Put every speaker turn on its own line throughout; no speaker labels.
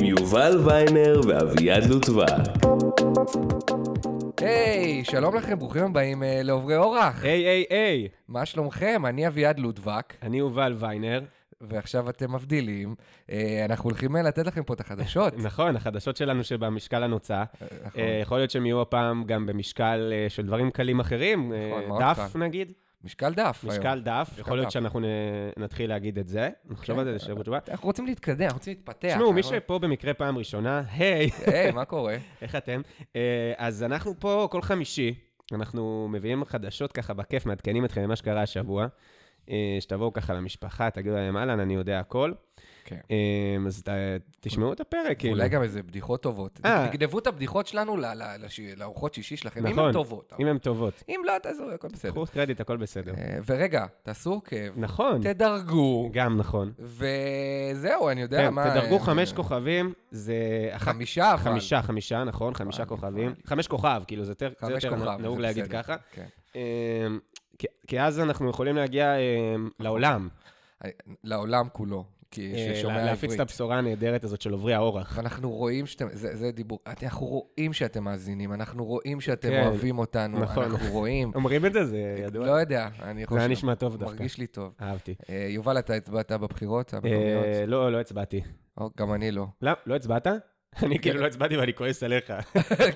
יובל ויינר ואביעד לוטבק.
היי, שלום לכם, ברוכים הבאים אה, לעוברי אורח.
היי, היי, היי,
מה שלומכם? אני אביעד לודבק,
אני יובל ויינר.
ועכשיו אתם מבדילים. אה, אנחנו הולכים אה, לתת לכם פה את החדשות.
נכון, החדשות שלנו שבמשקל הנוצה.
נכון.
אה, יכול להיות שהם יהיו הפעם גם במשקל אה, של דברים קלים אחרים, אה,
נכון, מאוד
דף
קל.
נגיד,
משקל דף. היום.
משקל דף, יכול
דף. כן. אה,
להיות שאנחנו נ- נתחיל להגיד את זה, נחשוב על זה, נשאר בתשובה.
אנחנו רוצים להתקדם, אנחנו רוצים להתפתח.
תשמעו, מי
אנחנו-
שפה במקרה פעם ראשונה, היי,
היי, מה קורה?
איך אתם? אה, אז אנחנו פה כל חמישי, אנחנו מביאים חדשות ככה בכיף, מעדכנים אתכם ממה שקרה השבוע. אה, שתבואו ככה למשפחה, תגידו להם, אהלן, אני יודע הכל.
כן.
אה, אז ת- תשמעו את הפרק, כאילו.
אולי גם איזה בדיחות טובות.
אה.
תגנבו את הבדיחות שלנו ל- ל- לש- לארוחות שישי שלכם, אם
נכון,
הן טובות.
אם נכון. הן טובות.
אם לא, תעזבו, הכל בסדר.
קחו קרדיט, הכל בסדר.
אה, כן. ורגע, תעשו עוקב,
נכון,
תדרגו,
גם נכון.
וזהו, אני יודע
כן,
מה...
תדרגו
אה,
חמש
אה,
כוכבים, זה... אחת-
חמישה, אבל.
חמישה, חמישה, נכון, חמישה
אבל,
כוכבים.
אבל.
חמש כוכב, כאילו, זה יותר זה
חמש
יותר
כוכב,
נהוג
זה
להגיד
בסדר.
ככה.
כן.
אה, כי- כי אז אנחנו יכולים להגיע אה,
נכון.
לעולם,
לעולם כולו, כי
אה,
ששומע
לה- להפיץ
עברית. נכון.
את הבשורה הנהדרת הזאת של עוברי האורח.
ואנחנו רואים שאתם, זה, זה דיבור, את- אנחנו רואים שאתם מאזינים, אנחנו רואים שאתם
כן,
אוהבים אותנו,
נכון.
אנחנו רואים.
אומרים את זה, זה
לא
ידוע.
יודע, אני חושב.
זה היה נשמע טוב דווקא.
מרגיש לי טוב.
אהבתי.
אה, יובל, אתה הצבעת בבחירות המקומיות?
אה, לא, לא הצבעתי.
או, גם אני לא.
לא, לא הצבעת? אני כאילו לא הצבעתי ואני כועס עליך.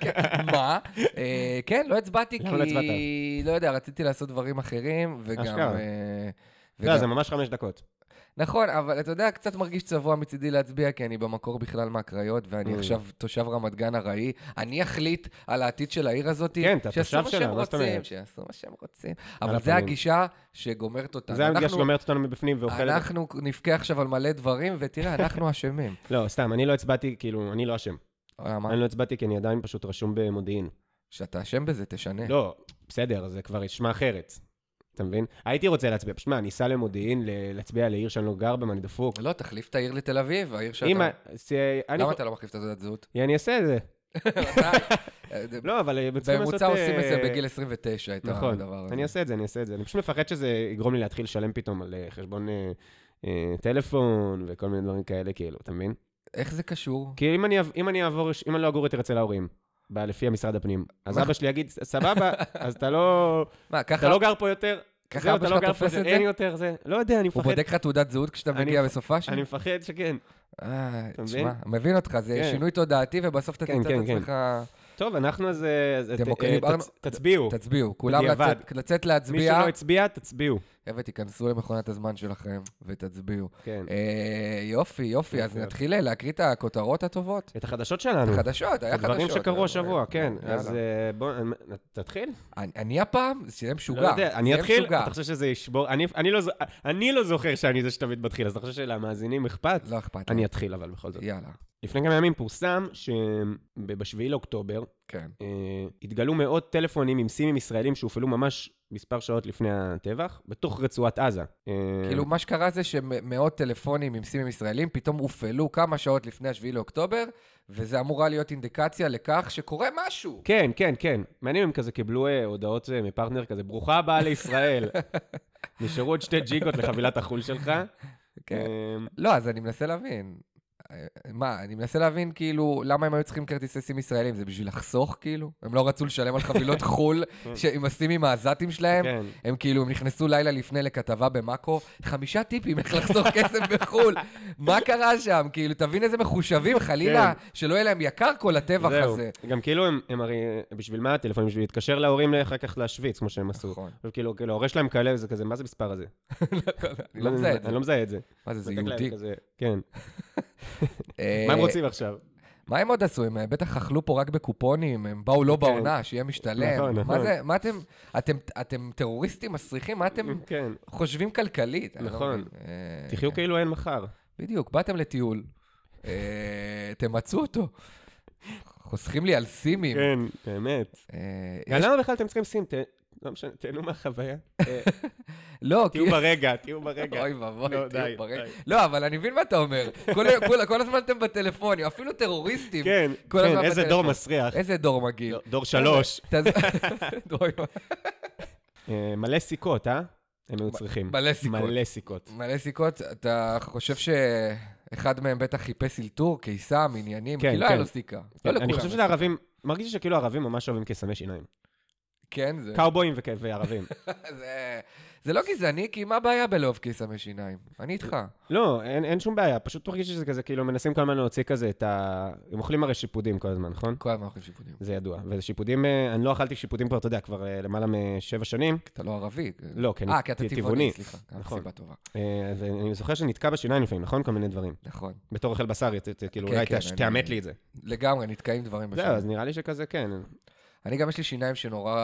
כן, מה? אה, כן, לא הצבעתי
למה לא הצבעת?
כי, לא יודע, רציתי לעשות דברים אחרים, וגם...
אשכרה.
אה,
לא,
וגם-
זה ממש חמש דקות.
נכון, אבל אתה יודע, קצת מרגיש צבוע מצידי להצביע, כי אני במקור בכלל מהקריות, ואני
Mm.
עכשיו תושב רמת גן ארעי. אני אחליט על העתיד של העיר הזאת.
כן, אתה
שיעשו
תושב
מה
שלה,
שהם
מה זאת
רוצים,
אומרת?
שיעשו מה שהם רוצים. אבל זו
הפנים.
הגישה שגומרת אותנו.
זה המדינה
אנחנו-
שגומרת אותנו מבפנים ואוכלת...
אנחנו נבכה עכשיו על מלא דברים, ותראה, אנחנו אשמים.
לא, סתם, אני לא הצבעתי, כאילו, אני לא אשם.
למה?
אני לא הצבעתי כי אני עדיין פשוט רשום במודיעין.
שאתה אשם בזה, תשנה.
לא, בסדר, זה כבר ישמע אחרת. אתה מבין? הייתי רוצה להצביע, פשוט מה, אני אסע למודיעין ל- להצביע לעיר שאני לא גר בה, אני דפוק.
לא, תחליף את העיר לתל אביב, העיר שאתה...
אם... ה- ס- אני-
למה אתה לא מחליף את תעודת זהות?
אני אעשה את זה.
אתה- אה, זה-
לא, אבל הם צריכים לא, לעשות...
בממוצע
אה,
עושים את זה בגיל 29, את הדבר
נכון,
הזה.
אני אעשה את זה, אני אעשה את זה. אני פשוט מפחד שזה יגרום לי להתחיל לשלם פתאום על אה, חשבון אה, אה, טלפון וכל מיני דברים כאלה, כאילו, אתה מבין?
איך זה קשור?
כי אם אני, אב- אם אני אעבור, אם אני לא אגור יותר אצל ההורים, ב- לפי המשרד הפנים, אז אבא שלי יגיד, סבבה, אז אתה לא,
מה,
אתה
ככה
לא גר פה יותר,
ככה
זהו,
אבא
אתה לא
שלך
גר פה,
תופס
יותר,
את
אין
זה?
יותר זה, לא יודע, אני
הוא
מפחד,
בודק לך תעודת זהות כשאתה
אני
מגיע
מפ-
בסופה שלי?
אני מפחד שכן.
אה,
אתה
תשמע,
מבין?
מבין אותך, זה
כן.
שינוי תודעתי, ובסוף אתה
כן,
תמצא את
כן, כן.
עצמך...
טוב, אנחנו אז, אה, אז, אה, ת-
דמוקרטים,
אה,
דיברנו-
תצ- תצביעו,
תצביעו, כולם
בדיעבד.
לצאת- לצאת
מי
להצביע,
שלא הצביע, תצביעו,
חבר'ה, תיכנסו למכונת הזמן שלכם ותצביעו.
כן.
אה, יופי, יופי, אז
יופי.
נתחיל אה, להקריא את הכותרות הטובות.
את החדשות שלנו,
חדשות, היה
את
חדשות.
הדברים שקרו
אה,
השבוע,
אה,
כן,
יאללה.
אז אה, בוא, אני- תתחיל.
אני- אני הפעם, זה סיים
לא
משוגע.
יודע, אני
סיים
אתחיל,
משוגע.
אתה חושב שזה ישבור, אני- אני לא ז- אני לא זוכר שאני זה שתמיד מתחיל, אז אתה חושב שלמאזינים אכפת?
לא אכפת לי.
אני אתחיל אבל בכל זאת.
יאללה,
לפני כמה ימים פורסם שב-7 לאוקטובר
כן.
אה, התגלו מאות טלפונים עם סימים ישראלים שהופעלו ממש מספר שעות לפני הטבח, בתוך רצועת עזה. אה,
כאילו, מה שקרה זה שמאות טלפונים עם סימים ישראלים פתאום הופעלו כמה שעות לפני 7 לאוקטובר, וזה אמורה להיות אינדיקציה לכך שקורה משהו.
כן, כן, כן. מעניין אם כזה קיבלו אה, הודעות אה, מפרטנר כזה, ברוכה הבאה לישראל. נשארו עוד שתי ג'יגות לחבילת החול שלך.
כן.
אה,
לא, אז אני מנסה להבין. אה, מה, אני מנסה להבין, כאילו, למה הם היו צריכים כרטיסי סים ישראלים? זה בשביל לחסוך, כאילו? הם לא רצו לשלם על חבילות חו"ל ש- עם הסימים העזתים שלהם?
כן.
הם כאילו, הם נכנסו לילה לפני לכתבה במאקו, חמישה טיפים איך לחסוך כסף בחו"ל. מה קרה שם? כאילו, תבין איזה מחושבים, חלילה, שלא יהיה להם יקר כל הטבח
זהו.
הזה.
גם כאילו הם, הם הרי, בשביל מה הטלפונים? בשביל להתקשר להורים אחר כך להשוויץ, כמו שהם עשו.
נכון.
עכשיו, כאילו, כאילו, ההורה שלהם כאלה, זה כזה, מה זה מספר הזה?
אני לא מזהה את זה.
אני לא מזהה את זה.
מה זה, זה
נותק להם
יהודי?
כזה, כן.
אה,
מה הם רוצים עכשיו?
מה הם עוד עשו? הם אה, בטח אכלו פה רק בקופונים, הם באו לא
כן.
בעונה, שיהיה משתלם.
נכון,
מה
נכון.
זה, מה אתם, אתם, אתם טרוריסטים מסריחים, מה אתם
כן.
חושבים כלכלית? אני לא
נכון.
מבין. אה,
תחיו כאילו אין מחר.
בדיוק, באתם לטיול, אה, תמצו אותו. חוסכים לי על סימים.
כן, באמת.
אה,
גם
יש-
למה בכלל אתם צריכים לשים? ת- לא משנה, תהנו מהחוויה. אה,
לא, כי...
תהיו ברגע, תהיו ברגע.
אוי ואבוי,
לא,
תהיו
די,
ברגע.
די.
לא, אבל אני מבין מה אתה אומר. כל- כל- כל הזמן אתם בטלפונים, אפילו טרוריסטים.
כן,
כל
כן,
הזמן
איזה
בטלפון. אה,
דור מסריח.
איזה דור מגעיל.
דור- דור שלוש.
תעז- דור-
אה, מלא סיכות, אה? הם היו צריכים.
מלא סיכות.
מלא סיכות.
מלא סיכות, אתה חושב ש... אחד מהם בטח חיפש אלתור, קיסם, עניינים,
כן,
כי לא היה
כן.
לו סיכה. לא
אני
לכולם
חושב
יש.
שלערבים, מרגיש לי שכאילו ערבים ממש אוהבים קסמי שיניים.
כן, זה...
קאובויים וכ- וערבים.
זה- זה לא גזעני, כי מה הבעיה בלאהוב קיסמי שיניים? אני איתך.
לא, אין, אין שום בעיה, פשוט מרגיש לי שזה כזה, כאילו מנסים כל הזמן להוציא כזה את ה... הם אוכלים הרי שיפודים כל הזמן, נכון?
כל הזמן אוכלים שיפודים.
זה ידוע. ושיפודים, אה, אני לא אכלתי שיפודים כבר, אתה יודע, כבר אה, למעלה משבע שנים.
אתה לא ערבי.
לא, כי אני
אה, כי אתה
טבעוני.
טבעוני, סליחה.
נכון.
נכון. סיבה טובה.
אה, אז אני זוכר שנתקע בשיניים לפעמים, נכון? כל מיני דברים.
נכון.
בתור אוכל בשר, ת- ת- כאילו,
כן,
אולי
כן,
תאש-
אני-
תאמת לי את זה.
לגמרי, נתקעים דברים
זהו, אז
בשיניים.
נראה לי שכזה, כן.
אני גם, יש לי שיניים שנורא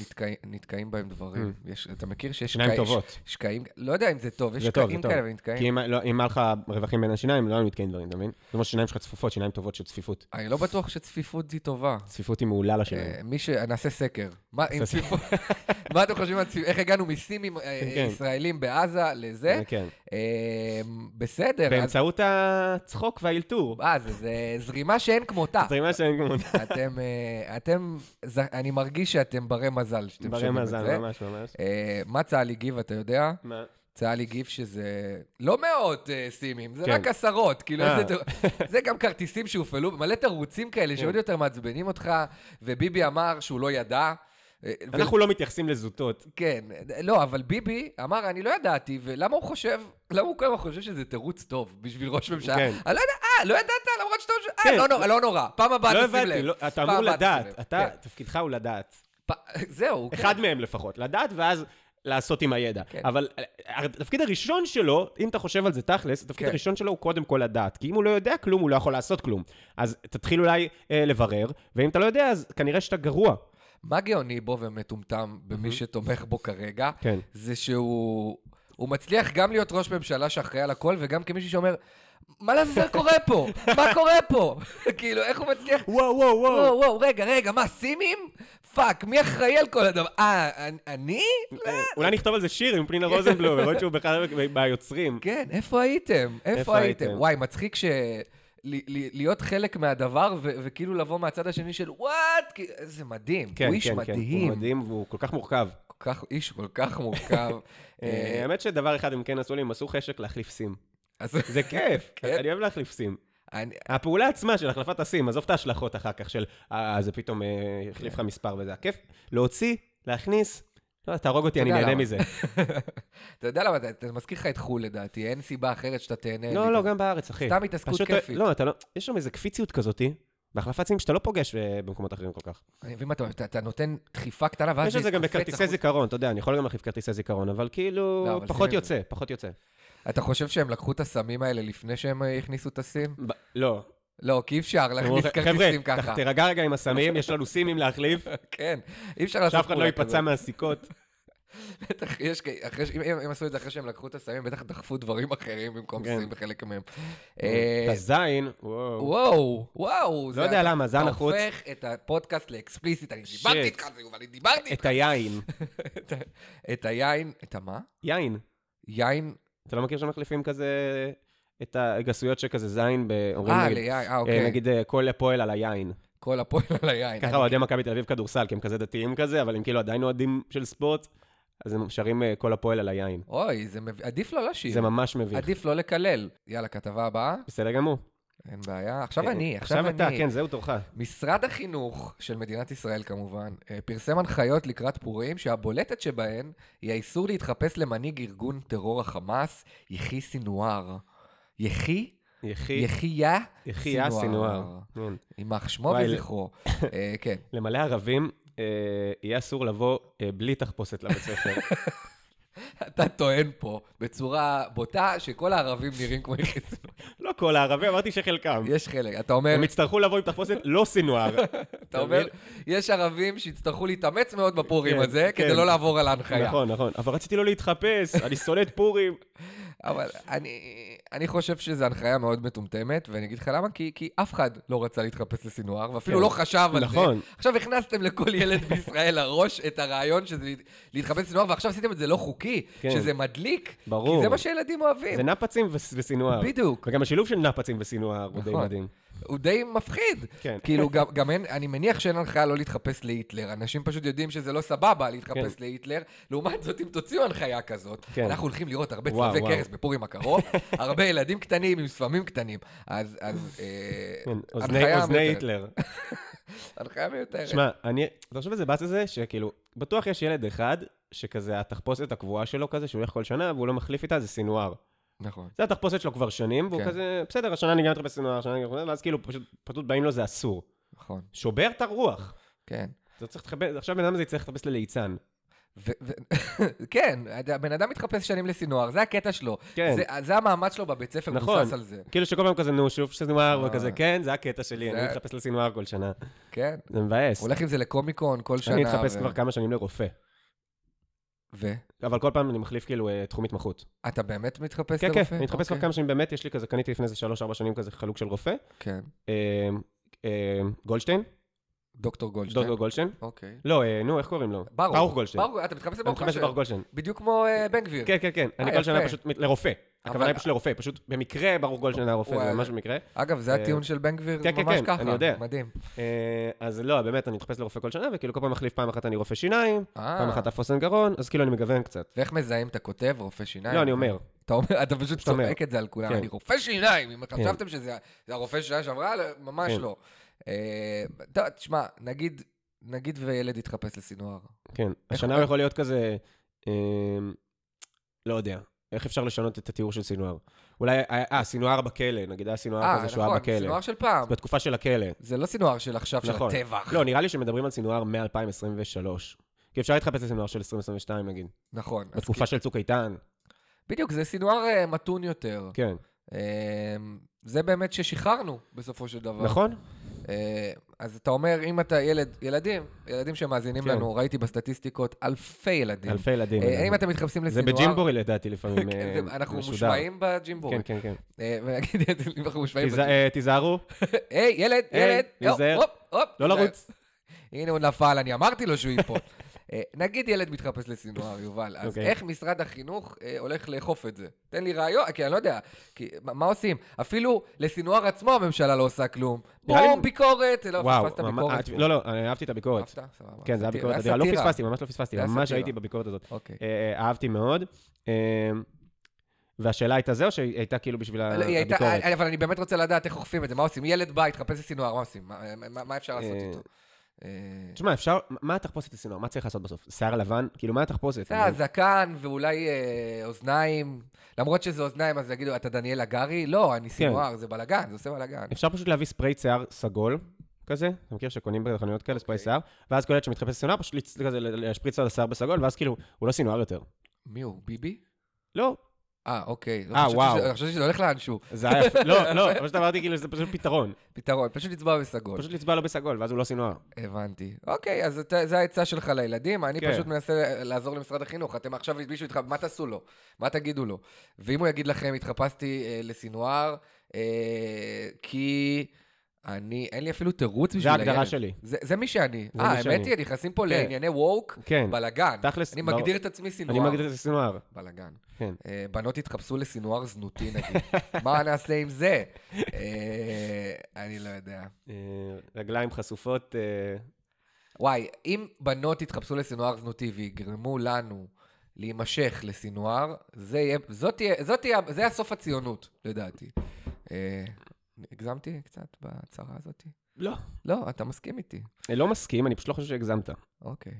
נתקעים- נתקעים בהם דברים. יש- אתה מכיר שיש
Mm. שיניים
שקעים-
טובות.
ש- שקעים, לא יודע אם זה טוב, יש
זה טוב,
שקעים
זה טוב.
כאלה ונתקעים.
כי אם לא- אם היה לך רווחים בין השיניים, לא היו נתקעים דברים, אתה מבין? כמו ששיניים שלך צפופות, שיניים טובות של צפיפות.
אני לא בטוח שצפיפות היא טובה.
צפיפות היא מעולה לשיניים.
אה, מי ש... נעשה סקר. מה, עם
נעשה
צפיפות... מה אתם חושבים על צפיפות? איך הגענו מסימים אה, אה,
כן.
ישראלים בעזה לזה?
כן.
אה, בסדר. אז-
באמצעות הצחוק והאלתור.
אה, זה- זה זרימה שאין כמותה.
זרימה שאין כמותה.
אה. אתם, אה, אתם, ז- אני מרגיש שאתם ברי מזל שאתם
ברי
שומעים את זה.
מזל, ממש ממש.
אה, מה צה"ל הגיב, אתה יודע?
מה?
צה"ל הגיב שזה לא מאות אה, סימים, זה
כן.
רק עשרות. כאילו,
אה.
איזה... ת- זה גם כרטיסים שהופעלו, מלא תירוצים
כן.
כאלה שעוד יותר מעצבנים אותך, וביבי אמר שהוא לא ידע. אה, ו-
אנחנו לא מתייחסים לזוטות.
כן, לא, אבל ביבי אמר, אני לא ידעתי, ולמה הוא חושב, למה הוא כל הזמן חושב שזה תירוץ טוב בשביל ראש ממשלה?
כן.
אני לא יודע, אה, לא ידעת, למרות שאתה...
כן.
אה, לא נורא, לא נורא, פעם הבאה
לא
תשים לב.
הבנתי, לא- אתה
פעם
אמור
הבאה תשים
לדעת.
לב.
אתה,
כן.
תפקידך הוא לדעת.
פ- זהו, כן.
אחד מהם לפחות. לדעת ואז לעשות עם הידע.
כן.
אבל אה, התפקיד הראשון שלו, אם אתה חושב על זה תכלס, התפקיד
כן.
הראשון שלו הוא קודם כל לדעת. כי אם הוא לא יודע כלום, הוא לא יכול לעשות כלום. אז תתחיל אולי אה, לברר, ואם אתה לא יודע, אז כנראה שאתה גרוע.
מה גאוני בו ומטומטם במי שתומך בו כרגע,
כן.
זה שהוא הוא מצליח גם להיות ראש ממשלה שאחראי על הכל, וגם כמישהו שאומר, מה לעזאזל קורה פה? מה קורה פה? כאילו, איך הוא מצליח?
וואו, וואו,
וואו, וואו, רגע, רגע, מה, סימים? פאק, מי אחראי על כל הדבר? אה, אני- אני?
אה, אולי נכתוב על זה שיר עם פנינה רוזנבלום, למרות שהוא בכלל מהיוצרים.
כן, איפה הייתם?
איפה
איפה הייתם?
הייתם?
וואי, מצחיק ש... ל- ל- להיות חלק מהדבר, ו- וכאילו לבוא מהצד השני של וואט, כי- זה מדהים,
כן,
הוא איש
כן, כן,
מדהים,
הוא מדהים והוא כל כך מורכב.
כל כך, איש כל כך מורכב.
אה, האמת שדבר אחד הם כן עשו לי, הם עשו חשק להחליף סים.
אז
זה כיף,
כן.
אני אוהב להחליף סים.
אני,
הפעולה עצמה של החלפת הסים, עזוב את ההשלכות אחר כך של, אה, זה פתאום אה, החליף
כן.
לך מספר וזה, הכיף. להוציא, להכניס, לא, תהרוג
אתה
אותי, אני
יודע אה,
נהנה
למה.
מזה.
אתה יודע למה, אתה- אתה מזכיר לך את חו"ל לדעתי, אין סיבה אחרת שאתה תהנה.
לא,
מכזה.
לא, גם בארץ, אחי.
סתם התעסקות
פשוט,
כיפית.
לא, אתה לא, יש שם איזו קפיציות כזאתי, בהחלפת סים שאתה לא פוגש אה, במקומות אחרים כל כך.
אני מבין מה אתה אומר, אתה- אתה נותן דחיפה קטנה, ואז
יש את זה גם
קופץ
בכרטיסי
החוצה.
זיכרון, אתה יודע, אני יכול גם להחליף כרטיסי זיכרון, אבל
לא,
כאילו,
אבל
פחות
סימים-
יוצא, פחות יוצא.
אתה חושב שהם לקחו את הסמים האלה לפני שהם אה, הכניסו את הסים?
ב- לא.
לא, כי אי אפשר להכניס כרטיסים
חבר'ה,
ככה.
ת- תירגע רגע עם הסמים, יש לנו סימים להחליף,
כן, אי אפשר לעשות
שאף אחד לא
פעולה כזאת.
ייפצע מהסיכות.
בטח יש, כ- אחרי ש- אם- אם הם עשו את זה אחרי שהם לקחו את הסמים, בטח דחפו דברים אחרים במקום
כן.
סמים בחלק מהם.
את
אה,
הזין, וואו.
וואו, וואו. זה-
לא יודע
אתה-
למה, זן החוץ.
אתה הופך את הפודקאסט לאקספליסיט, אני
שיט.
דיברתי איתך על זה, יובל, אני דיברתי איתך.
את היין. אה,
את היין, את המה?
יין.
יין,
אתה לא מכיר שמחליפים כזה את הגסויות שכזה זין, ב- אומרים
אה,
נגיד,
ליין, אה,
אה,
אוקיי. כן,
נגיד אה, כל הפועל על היין.
כל הפועל על היין.
ככה אוהדי מכבי תל אביב כדורסל, כי הם כזה דתיים כזה, אבל הם כאילו עדיין אוהדים של ספורט, אז הם שרים אה, כל הפועל על היין.
אוי, זה מב- עדיף לא לשיר.
זה ממש מביך.
עדיף לא לקלל. יאללה, כתבה הבאה,
בסדר גמור.
אין בעיה. עכשיו
אה,
אני, עכשיו אני.
עכשיו אתה, כן, זהו תורך.
משרד החינוך של מדינת ישראל כמובן, אה, פרסם הנחיות לקראת פורים שהבולטת שבהן היא האיסור להתחפש למנהיג ארגון טרור החמאס, יחי סינואר. יחי?
יחי,
יחיה?
יחיה סינואר. כן.
יימח שמו
וואי,
וזכרו. אה, כן.
למלא ערבים, אה, יהיה אסור לבוא אה, בלי תחפושת לבית ספר.
אתה טוען פה בצורה בוטה שכל הערבים נראים כמו יחי סינואר.
לא כל הערבים, אמרתי שחלקם.
יש חלק, אתה אומר...
הם יצטרכו לבוא עם תחפושת לא סינואר.
אתה אומר, יש ערבים שיצטרכו להתאמץ מאוד בפורים
כן,
הזה,
כן.
כדי לא לעבור על ההנחיה.
נכון, נכון. אבל רציתי לא להתחפש, אני שונא את פורים.
אבל אני, אני חושב שזו הנחיה מאוד מטומטמת, ואני אגיד לך למה, כי, כי אף אחד לא רצה להתחפש לסינואר, ואפילו
כן.
לא חשב על
נכון.
זה. עכשיו הכנסתם לכל ילד בישראל לראש את הרעיון שזה להת- להתחפש לסינואר, ועכשיו עשיתם את זה לא חוקי,
כן.
שזה מדליק.
ברור.
כי זה מה שילדים אוהבים.
זה נפצים וס- וסינואר.
בדיוק.
וגם השילוב של נפצים וסינואר הוא די
נכון.
מדהים.
הוא די מפחיד.
כן.
כאילו, גם, גם אין, אני מניח שאין הנחיה לא להתחפש להיטלר. אנשים פשוט יודעים שזה לא סבבה להתחפש
כן.
להיטלר. לעומת זאת, אם תוציאו הנחיה כזאת,
כן.
אנחנו הולכים לראות הרבה
וואו,
צלבי
וואו.
קרס בפורים הקרוב, הרבה ילדים קטנים עם ספמים קטנים. אז, אז, אה,
כן, אוזני
הנחיה
אוזני
מיותרת.
היטלר.
הנחיה מיותרת.
שמע, אני... תחשוב איזה באס זה, שכאילו, בטוח יש ילד אחד, שכזה התחפושת הקבועה שלו כזה, שהוא הולך כל שנה, והוא לא מחליף איתה, זה סינואר.
נכון.
זה התחפושת שלו כבר שנים, והוא
כן.
כזה, בסדר, השנה אני גם מתחפש סינואר, השנה אני גם... ואז כאילו, פשוט- פשוט באים לו זה אסור.
נכון,
שובר את הרוח.
כן.
אתה צריך להתחפש, עכשיו בן אדם הזה יצטרך להתחפש לליצן.
ו- ו- כן, הבן אדם מתחפש שנים לסינואר, זה הקטע שלו.
כן.
זה- זה המעמד שלו בבית ספר,
נכון.
מבוסס על זה.
כאילו שכל פעם כזה, נו, שוב סינואר,
אה.
וכזה, כן, זה הקטע שלי,
זה-
אני מתחפש לסינואר כל שנה.
כן.
זה מבאס.
הולך עם זה לקומיקון כל שנה.
אני מתחפש
ו-
כבר כמה שנים לרופא.
ו?
אבל כל פעם אני מחליף כאילו אה, תחום התמחות.
אתה באמת מתחפש
כן,
לרופא?
כן, אני מתחפש כבר
אוקיי,
כמה שנים, באמת יש לי כזה, קניתי לפני איזה 3-4 שנים כזה חלוק של רופא.
כן.
אה, אה, גולדשטיין?
דוקטור גולדשטיין.
דוקטור גולדשטיין?
אוקיין.
לא, אה, נו, איך קוראים לו?
ברוך.
ברוך גולדשטיין.
ברוך, אתה מתחפש
אני
לברוך
מתחפש
גולדשטיין.
לברוך גולדשטיין.
בדיוק כמו אה, בן גביר.
כן, כן, כן. אני
אה,
כל שנה
יפה.
פשוט מת- לרופא. הכוונה היא פשוט לרופא, פשוט במקרה ברוך גולדשטיין היה רופא,
וואלה.
זה ממש במקרה.
אגב, זה
אה,
הטיעון של בן גביר
כן, כן,
ממש
כן,
ככה.
אני יודע.
מדהים.
אה, אז לא, באמת, אני מתחפש לרופא כל שנה, וכאילו כל פעם מחליף, פעם אחת אני רופא שיניים,
אה.
פעם אחת אף אוזן גרון, אז כאילו אני מגוון קצת.
ואיך מזהים את הכותב, רופא שיניים?
לא, אני אומר.
אתה אומר, אתה פשוט
אומר.
צוחק את זה על כולם.
כן.
אני רופא שיניים, אם חשבתם שזה זה הרופא שיניים שעברה, לא, ממש
כן.
לא. אה, טוב, תשמע, נגיד, נגיד וילד יתחפש לסינואר.
כן. השנה הוא יכול להיות כזה, אמ, לא יודע, איך אפשר לשנות את התיאור של סינואר? אולי, אה, אה, סינואר בכלא, נגיד היה סינואר
אה,
כזה שהוא היה
נכון,
בכלא.
סינואר של פעם.
בתקופה של הכלא.
זה לא סינואר של עכשיו, של
נכון.
הטבח.
לא, נראה לי שמדברים על סינואר מ-2023. כי אפשר להתחפש לסינואר של 2022, נגיד.
נכון. אז נכון,
בתקופה של צוק איתן.
כי- בדיוק, זה סינואר אה, מתון יותר.
כן.
אה, זה באמת ששחררנו בסופו של דבר.
נכון?
אה, אז אתה אומר, אם אתה ילד, ילדים, ילדים שמאזינים
כן.
לנו, ראיתי בסטטיסטיקות אלפי ילדים.
אלפי ילדים.
אה,
לגמרי.
אם אתם מתחפשים
זה
לסינואר...
בג'ימבורי לדעתי לפעמים.
כן,
אה,
זה- אנחנו
משודר.
מושמעים בג'ימבורי.
כן, כן, כן.
אה, ונגיד, אם אנחנו מושמעים
תיז- אה, תיזהרו,
בג'ימבורי. היי, ילד,
היי,
ילד, יופ,
להיזהר.
הופ, הופ. אה,
לא לרוץ.
הנה הוא נפל, אני אמרתי לו שהוא ייפול. אה, נגיד ילד מתחפש לסינואר, יובל, אז
אוקיי.
איך משרד החינוך אה, הולך לאכוף את זה? תן לי רעיון, כי אני לא יודע, כי מה- מה עושים? אפילו לסינואר עצמו הממשלה לא עושה כלום.
נראה לי-
פה ביקורת, לא,
וואו,
פספסת
ממש-
ביקורת.
לא, לא, אני אהבתי את הביקורת.
אהבת? סבבה.
כן, זה
סאטירה,
היה ביקורת אדירה. לא
סאטירה.
פספסתי, ממש לא פספסתי,
זה היה
ממש
סאטירה.
הייתי בביקורת הזאת.
אוקיי.
אה, אה, אהבתי מאוד. אה, והשאלה הייתה זה, או שהיא הייתה כאילו בשביל ה-
לא, היא הייתה-
הביקורת?
אה, אבל אני באמת רוצה לדעת איך אוכפים את זה, מה עושים? ילד בא, התחפש לסינואר, מה עושים? מה- מה- מה אפשר לא, לעשות
אה,
איתו? אה,
תשמע, אפשר, מה התחפושת לסינור? מה צריך לעשות בסוף? שיער לבן? כאילו, מה התחפושת?
אתה יודע, זקן ואולי אה, אוזניים. למרות שזה אוזניים, אז יגידו, אתה דניאל הגרי? לא,
כן.
אני סינואר, זה בלאגן, זה עושה בלאגן.
אפשר פשוט להביא ספרי שיער סגול, כזה, אתה מכיר שקונים בחנויות כאלה ספרי
אוקיי.
שיער, ואז כל ילד שמתחפש לסינואר, פשוט לצ- כזה ל- להשפריץ על השיער בסגול, ואז כאילו, הוא לא סינואר יותר.
מי הוא, ביבי?
לא,
אה, אוקיי. לא,
אה,
חשבתי
וואו.
שזה- חשבתי שזה הולך לאנשהו.
זה היה יפה, לא, לא, אבל פשוט אמרתי כאילו, זה פשוט פתרון.
פתרון, פשוט לצבוע בסגול.
פשוט לצבע לו בסגול, ואז הוא לא סינואר.
הבנתי. אוקיי, אז אתה- זה העצה שלך לילדים, אני
כן.
פשוט מנסה לעזור למשרד החינוך. אתם עכשיו, מישהו איתך, מה תעשו לו? מה תגידו לו? ואם הוא יגיד לכם, התחפשתי אה, לסינואר, אה, כי אני, אין לי אפילו תירוץ בשביל הילד.
ההגדרה שלי.
זה, זה מי שאני.
זה
אה,
מי שאני.
האמת היא, נכנסים פה לענייני ווק,
כן.
בלאגן.
תכלס,
אני
ברור.
מגדיר את עצמי סינואר.
אני מגדיר את זה סינואר.
בלאגן.
כן.
אה, בנות התחפשו לסינואר זנותי, נגיד. מה נעשה עם זה? אה, אני לא יודע.
אה, רגליים חשופות, אה,
וואי, אם בנות יתחפשו לסינואר זנותי ויגרמו לנו להימשך לסינואר, זה יהיה, זאת תהיה, זאת תהיה, זה יהיה סוף הציונות, לדעתי. אה, הגזמתי קצת בהצהרה הזאת?
לא.
לא, אתה מסכים איתי.
אה, לא מסכים, אני פשוט לא חושב שהגזמת.
אוקיי.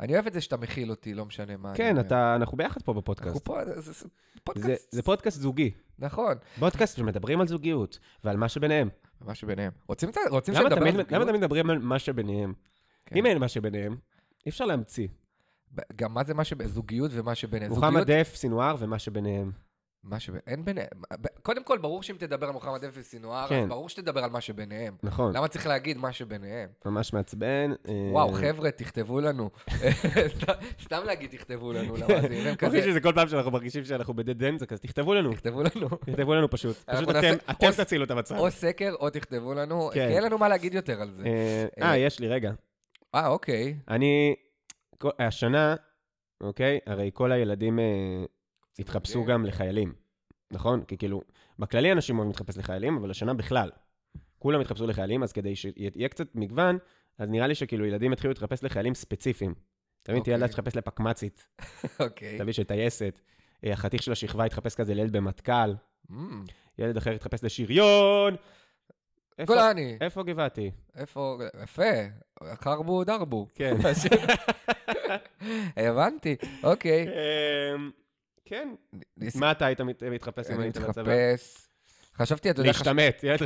אני אוהב את זה שאתה מכיל אותי, לא משנה מה. אני
כן,
אומר.
אתה, אנחנו ביחד פה בפודקאסט.
אנחנו פה, זה- זה- זה
זה,
פודקאסט.
זה פודקאסט זוגי.
נכון.
פודקאסט שמדברים על זוגיות ועל מה שביניהם.
מה שביניהם. רוצים את זה? רוצים
למה
שנדבר על
תמיד,
זה?
למה תמיד מדברים על מה שביניהם?
כן.
אם אין מה שביניהם, אי אפשר להמציא.
ב- גם מה זה מה שב... זוגיות ומה שביניהם. זוגיות-
מוחמד דף, סינואר ומה שביניהם.
מה שב... אין ביניהם. ב- קודם כל, ברור שאם תדבר על מוחמד אפס סינואר,
כן.
אז ברור שתדבר על מה שביניהם.
נכון,
למה צריך להגיד מה שביניהם?
ממש מעצבן. אה,
לא. וואו, חבר'ה, תכתבו לנו. סתם- סתם להגיד תכתבו לנו, למאזינים כזה.
אני חושב אוקיי, שזה כל פעם שאנחנו מרגישים שאנחנו בדד אנד, זה כזה, תכתבו לנו.
תכתבו לנו.
תכתבו לנו פשוט.
אנחנו
פשוט
נעשה-
אתם- אתם
או-
תצילו את המצב.
או סקר או תכתבו לנו, כי
כן.
אין לנו מה להגיד יותר על זה.
אה, אה, יש לי, רגע.
אה, אוקיי.
אני, כל- השנה, אוקיי, הרי כל הילדים אה, התחפשו
כן.
גם לחיילים, נכון? כי כאילו, בכללי אנשים אוהבים להתחפש לחיילים, אבל השנה בכלל. כולם התחפשו לחיילים, אז כדי שיהיה קצת מגוון, אז נראה לי שכאילו ילדים יתחילו להתחפש לחיילים ספציפיים. אתה מבין, תהיה ילדה
אוקיי.
שתחפש לפקמצית,
אוקיי.
אתה מבין, של טייסת. אה, החתיך של השכבה יתחפש כזה לילד במטכ"ל,
אמ,
ילד אחר יתחפש לשריון. איפה-
גולני,
איפה גבעתי?
איפה... יפה, חרבו דרבו.
כן.
הבנתי, אוקיי.
אמ, כן.
ניס-
מה אתה היית מת- מתחפש אם
אני
היית בצבא?
מתחפש. חשבתי, אתה יודע,
להשתמט. ילד-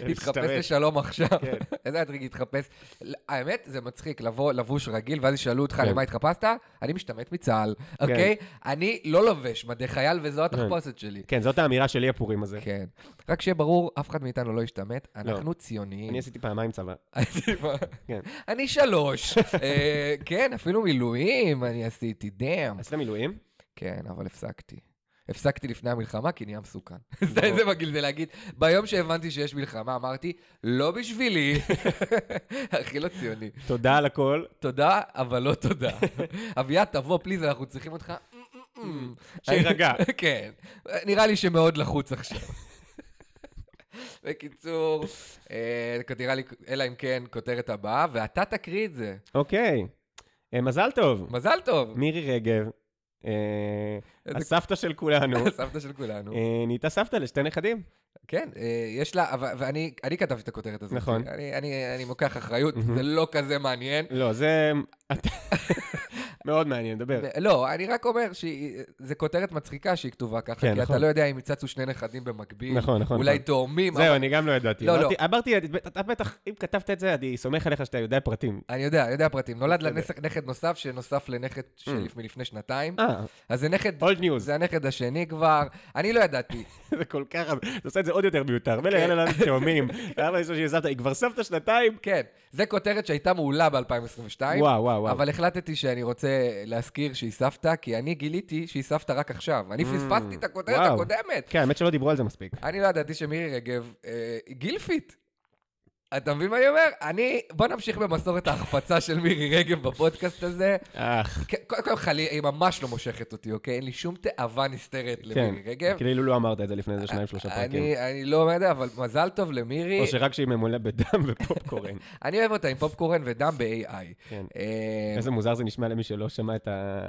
להתחפש
להשתמט.
לשלום עכשיו.
כן.
איזה הטריק להתחפש? ל- האמת, זה מצחיק, לבוא לבוש רגיל, ואז ישאלו אותך
כן.
למה התחפשת, אני משתמט מצה"ל, אוקיי? אני לא לובש מדי חייל, וזו התחפושת שלי.
כן, זאת האמירה שלי הפורים הזה.
כן. רק שיהיה ברור, אף אחד מאיתנו לא ישתמט, אנחנו ציוניים.
אני עשיתי פעמיים צבא. כן.
אני שלוש. אה, כן, אפילו מילואים אני עשיתי, דאם.
עשית מילואים?
כן, אבל הפסקתי. הפסקתי לפני המלחמה כי נהיה מסוכן. זה
נכון.
איזה מגעיל זה להגיד, ביום שהבנתי שיש מלחמה אמרתי, לא בשבילי. הכי לא ציוני.
תודה על הכל.
תודה, אבל לא תודה. אביעד, תבוא, פליז, אנחנו צריכים אותך.
שיירגע.
כן. נראה לי שמאוד לחוץ עכשיו. בקיצור, אה, נראה לי, אלא אם כן, כותרת הבאה, ואתה תקריא את זה.
אוקיי. אה, מזל טוב.
מזל טוב.
מירי רגב, אה,
איזה-
הסבתא של כולנו,
סבתא של כולנו.
אה, נהייתה סבתא לשתי נכדים.
כן, אה, יש לה, אבל- ואני אני כתבתי את הכותרת הזאת.
נכון.
אני- אני אני לוקח אחריות, זה לא כזה מעניין.
לא, זה... אתה- מאוד מעניין, דבר.
לא, אני רק אומר שזה כותרת מצחיקה שהיא כתובה ככה,
כן,
כי אתה
נכון.
לא יודע אם יצצו שני נכדים במקביל,
נכון, נכון.
אולי
נכון.
תאומים, אבל
זהו, אני גם לא ידעתי.
לא, לא.
אמרתי- אמרתי, אתה בטח, אם כתבת את זה, אני סומך עליך שאתה יודע פרטים.
אני יודע, אני יודע פרטים. נולד
בסדר.
לנס- נכד נוסף, שנוסף לנכד של
Mm.
מלפני שנתיים,
אה,
אז זה נכד...
אולד ניוז.
זה הנכד השני כבר, אני לא ידעתי.
זה כל כך... זה עושה את זה עוד יותר מיותר.
כן.
מילא, אין לנו תאומים. למה יש לי סבתא? היא כבר סבתא שנתיים?
כן, זה כותרת שהייתה מעולה ב-2022,
וואו, וואו, וואו.
אבל החלטתי שאני רוצה להזכיר שהיא סבתא, כי אני גיליתי שהיא סבתא רק עכשיו. אני
Mm,
פספסתי את הכותרת
וואו.
הקודמת.
כן, האמת שלא דיברו על זה מספיק.
אני לא ידעתי שמירי רגב אה, היא גילפית. אתה מבין מה אני אומר? אני... בוא נמשיך במסורת ההחפצה של מירי רגב בפודקאסט הזה.
אך,
כן, קודם כל, חלי, היא ממש לא מושכת אותי, אוקיי? אין לי שום תאווה נסתרת
כן.
למירי רגב. אה,
כאילו לא אמרת את זה לפני איזה שניים, שלושה פרקים.
אני, אני לא יודע, אבל מזל טוב למירי.
או שרק שהיא ממולאה בדם ופופקורן.
אני אוהב אותה עם פופקורן ודם ב-AI.
כן.
אה,
איזה מוזר זה נשמע למי שלא שמע את ה...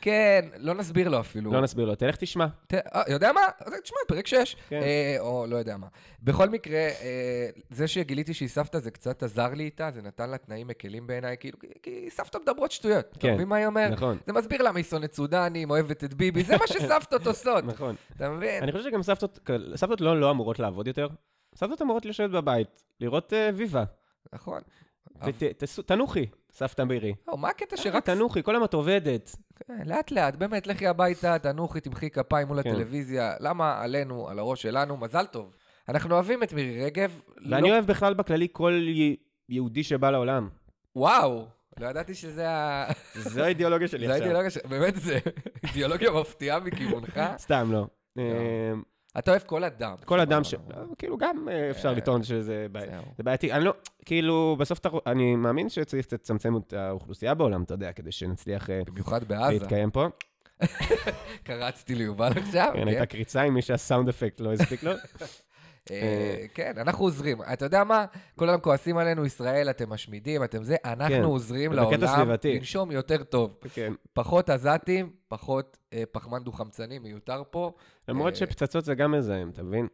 כן, לא נסביר לו אפילו.
לא נסביר לו, תלך תשמע.
ת- אה, יודע מה? אז תשמע, פרק 6.
כן.
או לא יודע מה. בכל מקרה, אה, זה שגיליתי שהיא סבתא, זה קצת עזר לי איתה, זה נתן לה תנאים מקלים בעיניי, כאילו, כי- כי סבתא מדברות שטויות. אתה
כן.
מבין מה היא אומרת?
נכון.
זה מסביר למה היא שונאת סודנים, אוהבת את ביבי, זה מה שסבתות עושות.
נכון.
אתה מבין?
אני חושב שגם סבתות, סבתות לא לא אמורות לעבוד יותר. סבתות אמורות לשבת בבית, לראות אה, ויבה.
נכון.
ות- תסו- תנוחי, סבתא מירי.
לא, מה הקטע
שרק
שרק...
תנוחי, כל היום את עובדת.
כן, לאט לאט, באמת, לכי הביתה, תנוחי, תמחי כפיים מול
כן.
הטלוויזיה. למה עלינו, על הראש שלנו? מזל טוב. אנחנו אוהבים את מירי רגב.
ואני
לא-
אוהב בכלל בכללי כל י- יהודי שבא לעולם.
וואו, לא ידעתי שזה ה...
זו האידיאולוגיה שלי
זה
עכשיו.
האידיאולוגיה ש... באמת, זה אידיאולוגיה מפתיעה מכיוונך.
סתם לא. אמ,
אתה אוהב כל אדם.
כל אדם ש...
סבבה.
לא, כאילו, גם אה, אפשר לטעון שזה בעיה.
זהו.
זה בעייתי, אני לא, כאילו, בסוף אתה, רוא- אני מאמין שצריך קצת לצמצם את האוכלוסייה בעולם, אתה יודע, כדי שנצליח אה,
במיוחד בעזה.
להתקיים פה.
קרצתי ליובל עכשיו.
כן,
כן.
הייתה קריצה עם מי שהסאונד אפקט לא הספיק לו.
אה, כן, אנחנו עוזרים. אתה יודע מה? כולם כועסים עלינו, ישראל, אתם משמידים, אתם זה.
כן,
אנחנו עוזרים
זה בקטע
לעולם
סביבתי.
לנשום יותר טוב.
כן.
פחות עזתים, פחות אה, פחמן דו-חמצני, מיותר פה.
למרות
אה,
שפצצות זה גם מזהם, אתה מבין?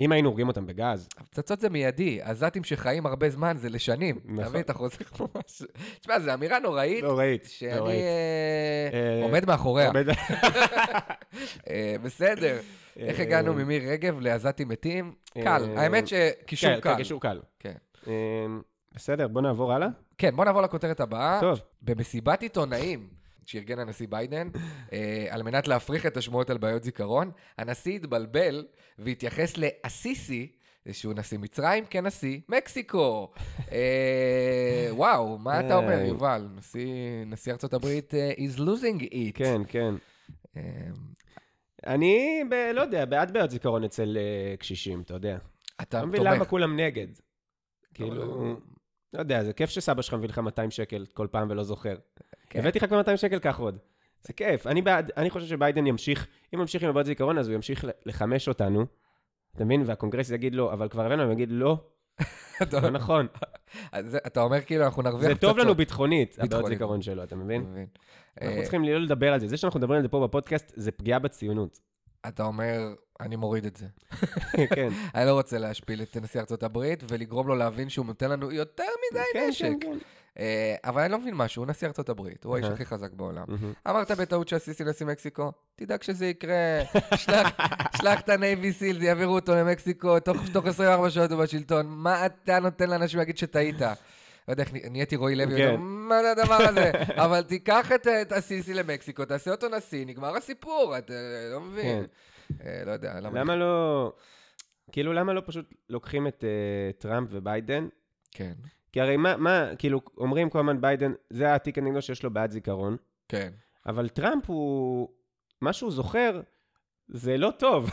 אם היינו הורגים אותם בגז,
פצצות זה מיידי, עזתים שחיים הרבה זמן זה לשנים. אתה
נכון.
מבין, אתה חוזר כמו משהו. תשמע, זו אמירה נוראית.
נוראית,
שאני
נוראית.
אה,
אה,
עומד מאחוריה.
עומד-
אה, בסדר. איך
אה,
הגענו ממירי רגב לעזתים מתים?
אה,
קל. האמת שקישור
כן,
קל.
כן, קישור קל.
כן.
אה, בסדר, בוא נעבור הלאה.
כן, בוא נעבור לכותרת הבאה.
טוב.
במסיבת עיתונאים שארגן הנשיא ביידן, אה, על מנת להפריך את השמועות על בעיות זיכרון, הנשיא התבלבל והתייחס לאסיסי, שהוא נשיא מצרים, כנשיא מקסיקו. אה, וואו, מה אתה אומר,
אה.
יובל? נשיא- נשיא ארצות הברית אה, is losing it.
כן, כן.
אה,
אני, ב- לא יודע, בעד בעיות זיכרון אצל אה, קשישים, אתה יודע.
אתה
לא מבין למה
תומך.
כולם נגד.
אבל-
כאילו, לא יודע, זה כיף שסבא שלך מביא לך 200 שקל כל פעם ולא זוכר.
כן.
הבאתי לך כבר 200 שקל, קח עוד. זה כיף. אני בעד, אני חושב שביידן ימשיך, אם ימשיך עם הבעיות זיכרון, אז הוא ימשיך ל- לחמש אותנו, אתה מבין? והקונגרס יגיד לא, אבל כבר הבאנו, הם יגיד לא,
אתה-
לא נכון.
אז זה- אתה אומר כאילו, אנחנו נרוויח
זה טוב לנו
פצצות.
ביטחונית, הבעיות
ביטחונית.
זיכרון שלו, אתה
אני
מבין?
מבין.
אנחנו
אה,
צריכים לא לדבר על זה. זה שאנחנו מדברים על זה פה בפודקאסט, זה פגיעה בציונות.
אתה אומר, אני מוריד את זה.
כן.
אני לא רוצה להשפיל את נשיא ארצות הברית ולגרום לו להבין שהוא נותן לנו יותר מדי
כן,
נשק.
כן, כן.
אה, אבל אני לא מבין משהו, הוא נשיא ארצות הברית, הוא האיש
אהה.
הכי חזק בעולם.
מהמם.
אמרת בטעות שהסיסי נשיא מקסיקו, תדאג שזה יקרה, שלח- שלח את הנייבי סילד, יעבירו אותו למקסיקו, תוך תוך 24 שעות הוא בשלטון. מה אתה נותן לאנשים להגיד שטעית? לא יודע איך נ- נהייתי רועי לוי,
כן.
אומר, מה זה הדבר הזה? אבל תיקח את- את הסיסי למקסיקו, תעשה אותו נשיא, נגמר הסיפור, אתה אה, לא מבין. אה, לא יודע, למה?
כן. למה לא... כאילו, למה לא פשוט לוקחים את אה, טראמפ וביידן?
כן,
כי הרי מה, מה, כאילו, אומרים כל הזמן ביידן, זה התיק הנגדו שיש לו בעד זיכרון,
כן.
אבל טראמפ הוא... מה שהוא זוכר, זה לא טוב.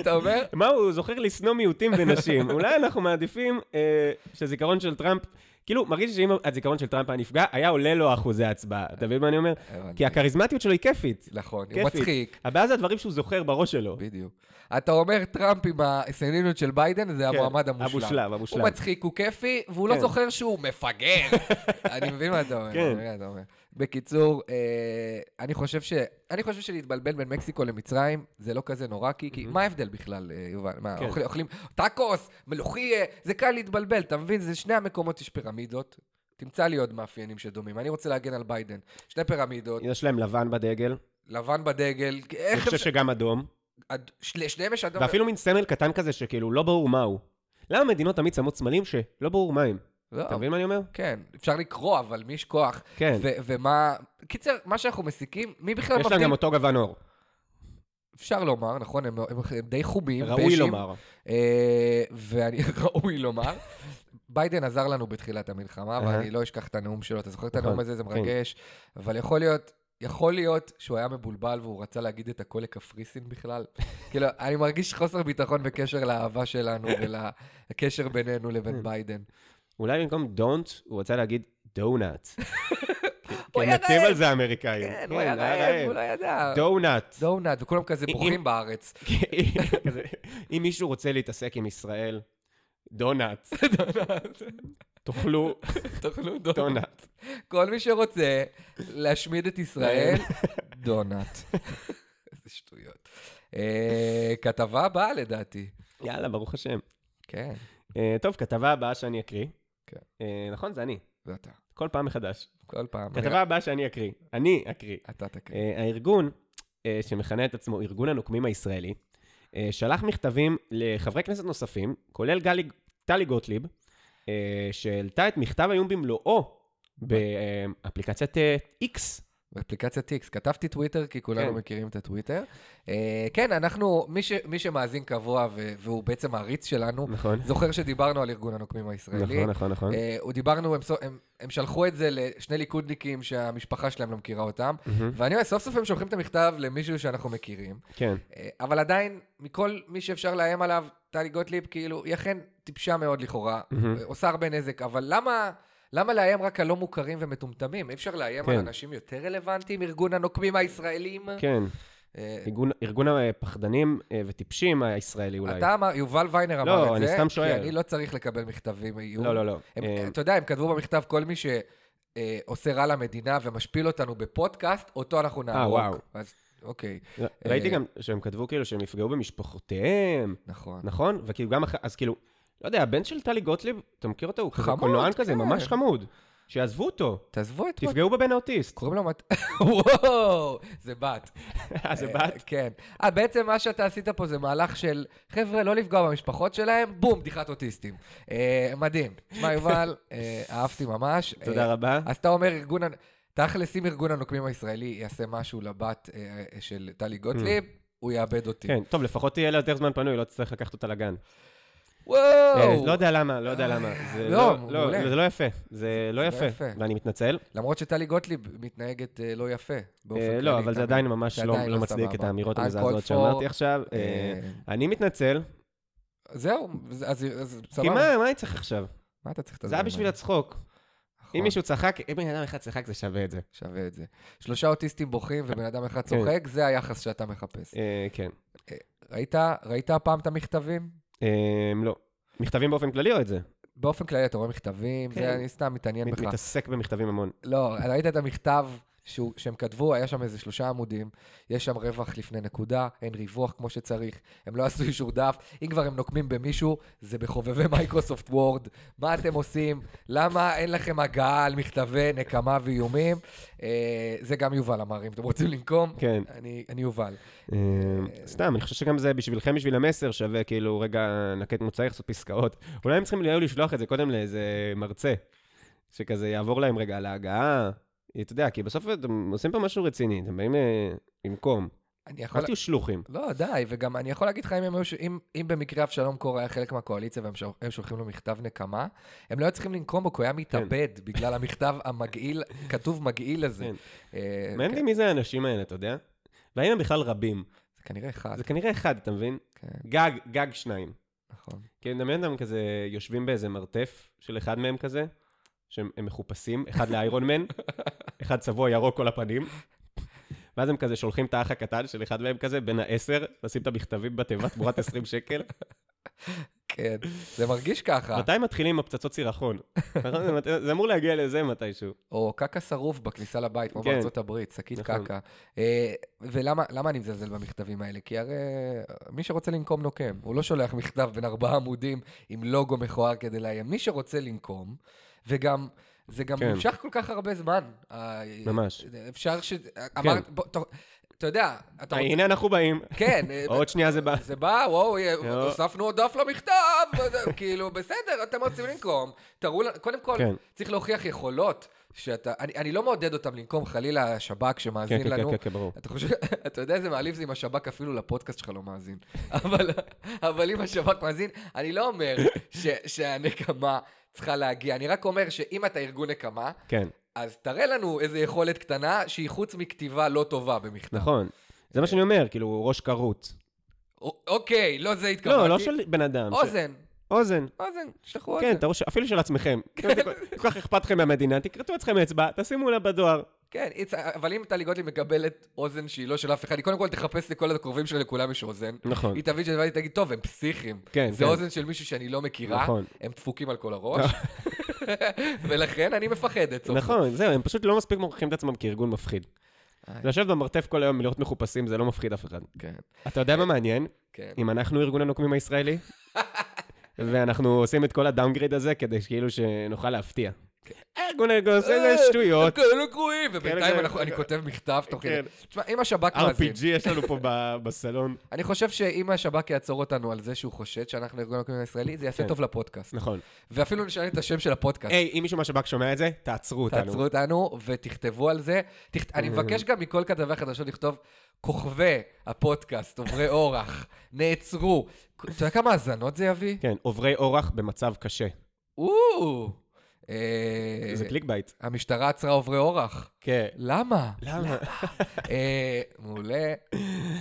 אתה אומר,
מה הוא זוכר לשנוא מיעוטים ונשים? אולי אנחנו מעדיפים אה, שהזיכרון של טראמפ, כאילו, מרגיש לי שאם הזיכרון של טראמפ היה נפגע, היה עולה לו אחוזי הצבעה. אתה מבין מה אני אומר?
הבנתי.
כי הכריזמטיות שלו היא כיפית.
אה, נכון, הוא
כיפית.
מצחיק,
הבעיה זה הדברים שהוא זוכר בראש שלו.
בדיוק. אתה אומר טראמפ עם הסניניות של ביידן, זה
כן,
המועמד המושלם.
המושלם,
הוא
המושלם.
מצחיק, הוא כיפי, והוא לא
כן.
זוכר שהוא מפגר. אני מבין מה אתה אומר,
כן.
אני מבין מה אתה אומר. בקיצור, אה, אני חושב ש... אני חושב שלהתבלבל בין מקסיקו למצרים, זה לא כזה נורא, כי כי מה ההבדל בכלל, אה, יובל? מה,
כן.
אוכל- אוכלים טאקוס, מלוכי, אה, זה קל להתבלבל, אתה מבין? זה שני המקומות יש פירמידות. תמצא לי עוד מאפיינים שדומים. אני רוצה להגן על ביידן. שני פירמידות,
יש להם לבן בדגל,
לבן בדגל,
אני
איך
חושב
אפשר... לא,
שגם אדום,
הד- של- שניהם יש אדום.
ואפילו מין סמל קטן כזה שכאילו לא ברור מהו. למה מדינות תמיד שמות סמלים שלא ברור מהם?
לא,
אתה מבין מה אני אומר?
כן, אפשר לקרוא, אבל מי יש כוח?
כן.
ו- ומה... קיצר, מה שאנחנו מסיקים, מי בכלל
יש להם
מבדיל?
גם אותו גוון עור,
אפשר לומר, נכון? הם, הם, הם די חומים.
ראוי
בז'ים.
לומר.
אה, ואני... ראוי לומר. ביידן עזר לנו בתחילת המלחמה,
אהה.
ואני לא אשכח את הנאום שלו. אתה זוכר את
נכון,
הנאום הזה? זה
כן.
מרגש. אבל יכול להיות... יכול להיות שהוא היה מבולבל והוא רצה להגיד את הכל לקפריסין בכלל. כאילו, אני מרגיש חוסר ביטחון בקשר לאהבה שלנו ולקשר בינינו לבין
כן.
ביידן.
אולי במקום don't, הוא רוצה להגיד דונאט.
הוא
כן,
היה
נתיב
רעב.
על זה האמריקאים.
כן, הוא היה רעב, הוא לא ידע.
דונאט.
דונלד, וכולם כזה
אם-
בוכים בארץ.
כזה, אם מישהו רוצה להתעסק עם ישראל, דונאט. תאכלו
תאכלו דונלד.
דונאט.
כל מי שרוצה להשמיד את ישראל, דונלד. איזה שטויות. אה, כתבה הבאה לדעתי.
יאללה, ברוך השם.
כן,
אה, טוב, כתבה הבאה שאני אקריא.
כן.
אה, נכון, זה אני.
זה אתה.
כל פעם מחדש.
כל פעם.
כתבה הבאה שאני אקריא. אני אקריא.
אתה תקריא.
אה, הארגון אה, שמכנה את עצמו ארגון הנוקמים הישראלי, אה, שלח מכתבים לחברי כנסת נוספים, כולל גלי- טלי גוטליב, אה, שהעלתה את מכתב האיום במלואו באפליקציית אה, X.
באפליקציית טיקס. כתבתי טוויטר, כי כולנו
כן.
מכירים את הטוויטר. אה, כן, אנחנו, מי ש- מי שמאזין קבוע ו- והוא בעצם העריץ שלנו,
נכון.
זוכר שדיברנו על ארגון הנוקמים הישראלי.
נכון, נכון, נכון.
אוקיי. אה, הוא דיברנו, הם, סו- הם, הם שלחו את זה לשני ליכודניקים שהמשפחה שלהם לא מכירה אותם,
מהמם.
ואני אומר, סוף סוף הם שולחים את המכתב למישהו שאנחנו מכירים,
כן,
אה, אבל עדיין, מכל מי שאפשר לאיים עליו, טלי גוטליב, כאילו, היא אכן טיפשה מאוד לכאורה,
מהמם.
אה, עושה הרבה נזק, אבל למה... למה לאיים רק על לא מוכרים ומטומטמים? אי אפשר לאיים
כן.
על אנשים יותר רלוונטיים, ארגון הנוקמים הישראלים?
כן.
אה,
ארגון- ארגון הפחדנים אה, וטיפשים הישראלי אולי.
אתה אמר, יובל ויינר אמר
לא,
את זה,
אני סתם שואל.
כי אני לא צריך לקבל מכתבים איום.
לא, לא, לא.
הם,
אה,
אתה יודע, הם כתבו במכתב, כל מי שעושה רע למדינה ומשפיל אותנו בפודקאסט, אותו אנחנו נהרוג.
אה, וואו.
אז אוקיי,
ר- לא, ראיתי גם שהם כתבו כאילו שהם נפגעו במשפחותיהם,
נכון.
נכון? וכאילו גם אחרי, אז כאילו, לא יודע, הבן של טלי גוטליב, אתה מכיר אותו? הוא כזה
חמוד,
קולנוען כזה,
כן.
ממש חמוד. שיעזבו אותו,
תעזבו את... מת-
תפגעו בבן האוטיסט.
קוראים לו מת... וואו, זה בת.
אה, זה
אה,
בת?
כן. אה, בעצם מה שאתה עשית פה זה מהלך של, חבר'ה, לא לפגוע במשפחות שלהם, בום, בדיחת אוטיסטים. אה, מדהים. תשמע, יובל, אה, אהבתי ממש. אה,
תודה רבה.
אז אתה אומר ארגון... הנ- תכלס, אם ארגון הנוקמים הישראלי יעשה משהו לבת אה, של טלי גוטליב, הוא יאבד אותי.
Mm. כן, טוב, לפחות תהיה לה יותר זמן פנוי, לא תצטרך לקחת אותה לגן. אה,
וואו!
לא יודע למה, לא יודע למה. זה
לא,
לא-
מעולה.
לא, זה לא יפה. זה
זה
לא
לא
יפה,
יפה.
ואני מתנצל.
למרות שטלי גוטליב מתנהגת אה, לא יפה, באופן
אה,
כללי.
לא, אבל זה
תמיד.
עדיין ממש
זה
לא
עדיין
לא
לא
מצדיק
סבבה.
את האמירות
Uncalled
המזעזעות
for,
שאמרתי עכשיו. אה,
אה,
אני מתנצל,
זהו, אז- אז אז
כי
סבבה.
מה, מה אני צריך עכשיו?
מה אתה צריך את
זה היה בשביל
האלה?
הצחוק.
נכון,
אם מישהו צחק, אם בן אדם אחד צחק, זה שווה את זה.
שווה
כן.
את זה. שלושה אוטיסטים בוכים ובן אדם אחד צוחק, זה היחס שאתה מחפש.
אה, כן.
ראית, ראית הפעם את המכתבים?
אמ, לא. מכתבים באופן כללי או את זה?
באופן כללי אתה רואה מכתבים,
כן.
זה אני סתם מתעניין
מת-
בך.
מתעסק במכתבים המון.
לא, ראית את המכתב שהוא, שהם כתבו, היה שם איזה שלושה עמודים, יש שם רווח לפני נקודה, אין ריווח כמו שצריך, הם לא עשו אישור דף, אם כבר הם נוקמים במישהו, זה בחובבי מייקרוסופט וורד, מה אתם עושים, למה אין לכם הגעה על מכתבי נקמה ואיומים, אה, זה גם יובל אמר, אם אתם רוצים לנקום,
כן.
אני, אני יובל.
אמ, סתם, אני חושב שגם זה בשבילכם, בשביל המסר, שווה כאילו רגע נקט מוצאי, לעשות פסקאות. אולי הם צריכים היו לשלוח את זה קודם לאיזה מרצה, שכזה יעבור להם רגע על ההגעה. אתה יודע, כי בסוף אתם עושים פה משהו רציני, אתם באים אה, במקום.
אני יכול...
אל תהיו שלוחים.
לא, די, וגם אני יכול להגיד לך, אם, הם היו ש- אם, אם במקרה אבשלום קור היה חלק מהקואליציה והם שול- הם שולחים לו מכתב נקמה, הם לא היו צריכים לנקום בו, כי
כן.
הוא היה מתאבד בגלל המכתב המגעיל, כתוב מגעיל הזה.
כן.
אה,
מעניין אותי מי זה האנשים האלה, אתה יודע? והאם הם בכלל רבים?
זה כנראה אחד,
זה כנראה אחד, אתה מבין?
כן,
גג, גג שניים.
נכון.
כן, מדמיין אותם כזה, יושבים באיזה מרתף של אחד מהם כזה, שהם הם מחופשים, אחד לאיירון מן, אחד צבוע ירוק כל הפנים, ואז הם כזה שולחים את האח הקטן של אחד מהם כזה, בין העשר, לשים את המכתבים בתיבה תמורת 20 שקל.
כן, זה מרגיש ככה.
מתי מתחילים עם הפצצות סירחון? נכון? זה מת- זה אמור להגיע לזה מתישהו.
או קקה שרוף בכניסה לבית, כמו
כן.
בארצות הברית, שקית
נכון.
קקה. אה, ולמה למה אני מזלזל במכתבים האלה? כי הרי אה, מי שרוצה לנקום נוקם. הוא לא שולח מכתב בין ארבעה עמודים עם לוגו מכוער כדי לאיים. מי שרוצה לנקום, וגם... זה גם
כן.
נמשך כל כך הרבה זמן. ה-
ממש. כן.
אפשר ש... אמרת, בוא, אתה- אתה יודע, אתה רוצה...
הנה אנחנו באים.
כן. אה,
עוד שנייה זה בא.
זה בא, וואו, אה,
לא.
הוספנו עוד דף למכתב, אה, כאילו, בסדר, אתם רוצים לנקום, תראו לנו, קודם כל,
כן.
צריך להוכיח יכולות, שאתה, אני, אני לא מעודד אותם לנקום, חלילה, השב"כ
כן,
שמאזין
כן,
לנו.
כן, כן, ברור.
אתה חושב, אתה יודע איזה מעליב זה אם השב"כ אפילו לפודקאסט שלך לא מאזין. אבל, אבל אם השב"כ מאזין, אני לא אומר ש, שהנקמה צריכה להגיע, אני רק אומר שאם אתה ארגון נקמה,
כן,
אז תראה לנו איזו יכולת קטנה שהיא חוץ מכתיבה לא טובה במכתב.
נכון. זה
אה.
מה שאני אומר, כאילו, ראש כרות.
א- אוקיי, לא זה התכוונתי.
לא, לא של בן אדם. של-
אוזן,
אוזן.
אוזן, תשלחו
כן,
אוזן.
תראו, ש- אפילו של עצמכם. אם אתם כל כך אכפת לכם מהמדינה, תכרתו אצלכם אצבע, תשימו לה בדואר.
כן, it's- אבל אם טלי גוטליב מקבלת אוזן שהיא לא של אף אחד, היא קודם כל תחפש לכל הקרובים שלה, לכולם יש אוזן.
נכון.
היא תבין שזה, והיא תגיד, טוב, הם פסיכים.
כן,
זה
כן.
אוזן של מישהו שאני לא מכירה,
נכון.
הם דפוקים על כל הראש, ולכן אני מפחדת. סוף סוף.
נכון, זהו, הם פשוט לא מספיק מוכיחים את עצמם כארגון מפחיד.
איי.
לשבת במרתף כל היום ולראות מחופשים, זה לא מפחיד אף אחד.
אה, כן,
אתה יודע מה מעניין?
כן.
אם אנחנו ארגון הנוקמים הישראלי, ואנחנו עושים את כל הדאונגריד הזה כדי שכאילו שנוכל להפתיע. ארגון הנוקמים עושה איזה שטויות.
אה, כאלה גרועים, ובינתיים
כאלה-
אנחנו- אני כותב מכתב תוך כדי.
כן.
תשמע, אם השב"כ מאזין,
RPG יש לנו פה ב- בסלון.
אני חושב שאם השב"כ יעצור אותנו על זה שהוא חושד שאנחנו ארגון הקומיקה הישראלי, זה יעשה
כן.
טוב לפודקאסט.
נכון. אה,
ואפילו נשנה את השם של הפודקאסט.
היי, אם מישהו מהשב"כ שומע את זה, תעצרו אותנו. אוקיי.
תעצרו אותנו ותכתבו על זה. תכת... אני מבקש גם מכל כתבי החדשות לכתוב, כוכבי הפודקאסט, עוברי אורח, נעצרו. אתה יודע כמה האזנות זה יביא?
כן, עוברי אורח במצב קשה.
או! אה,
זה קליק בייט.
המשטרה עצרה עוברי אורח.
כן.
למה?
למה?
אה, מעולה.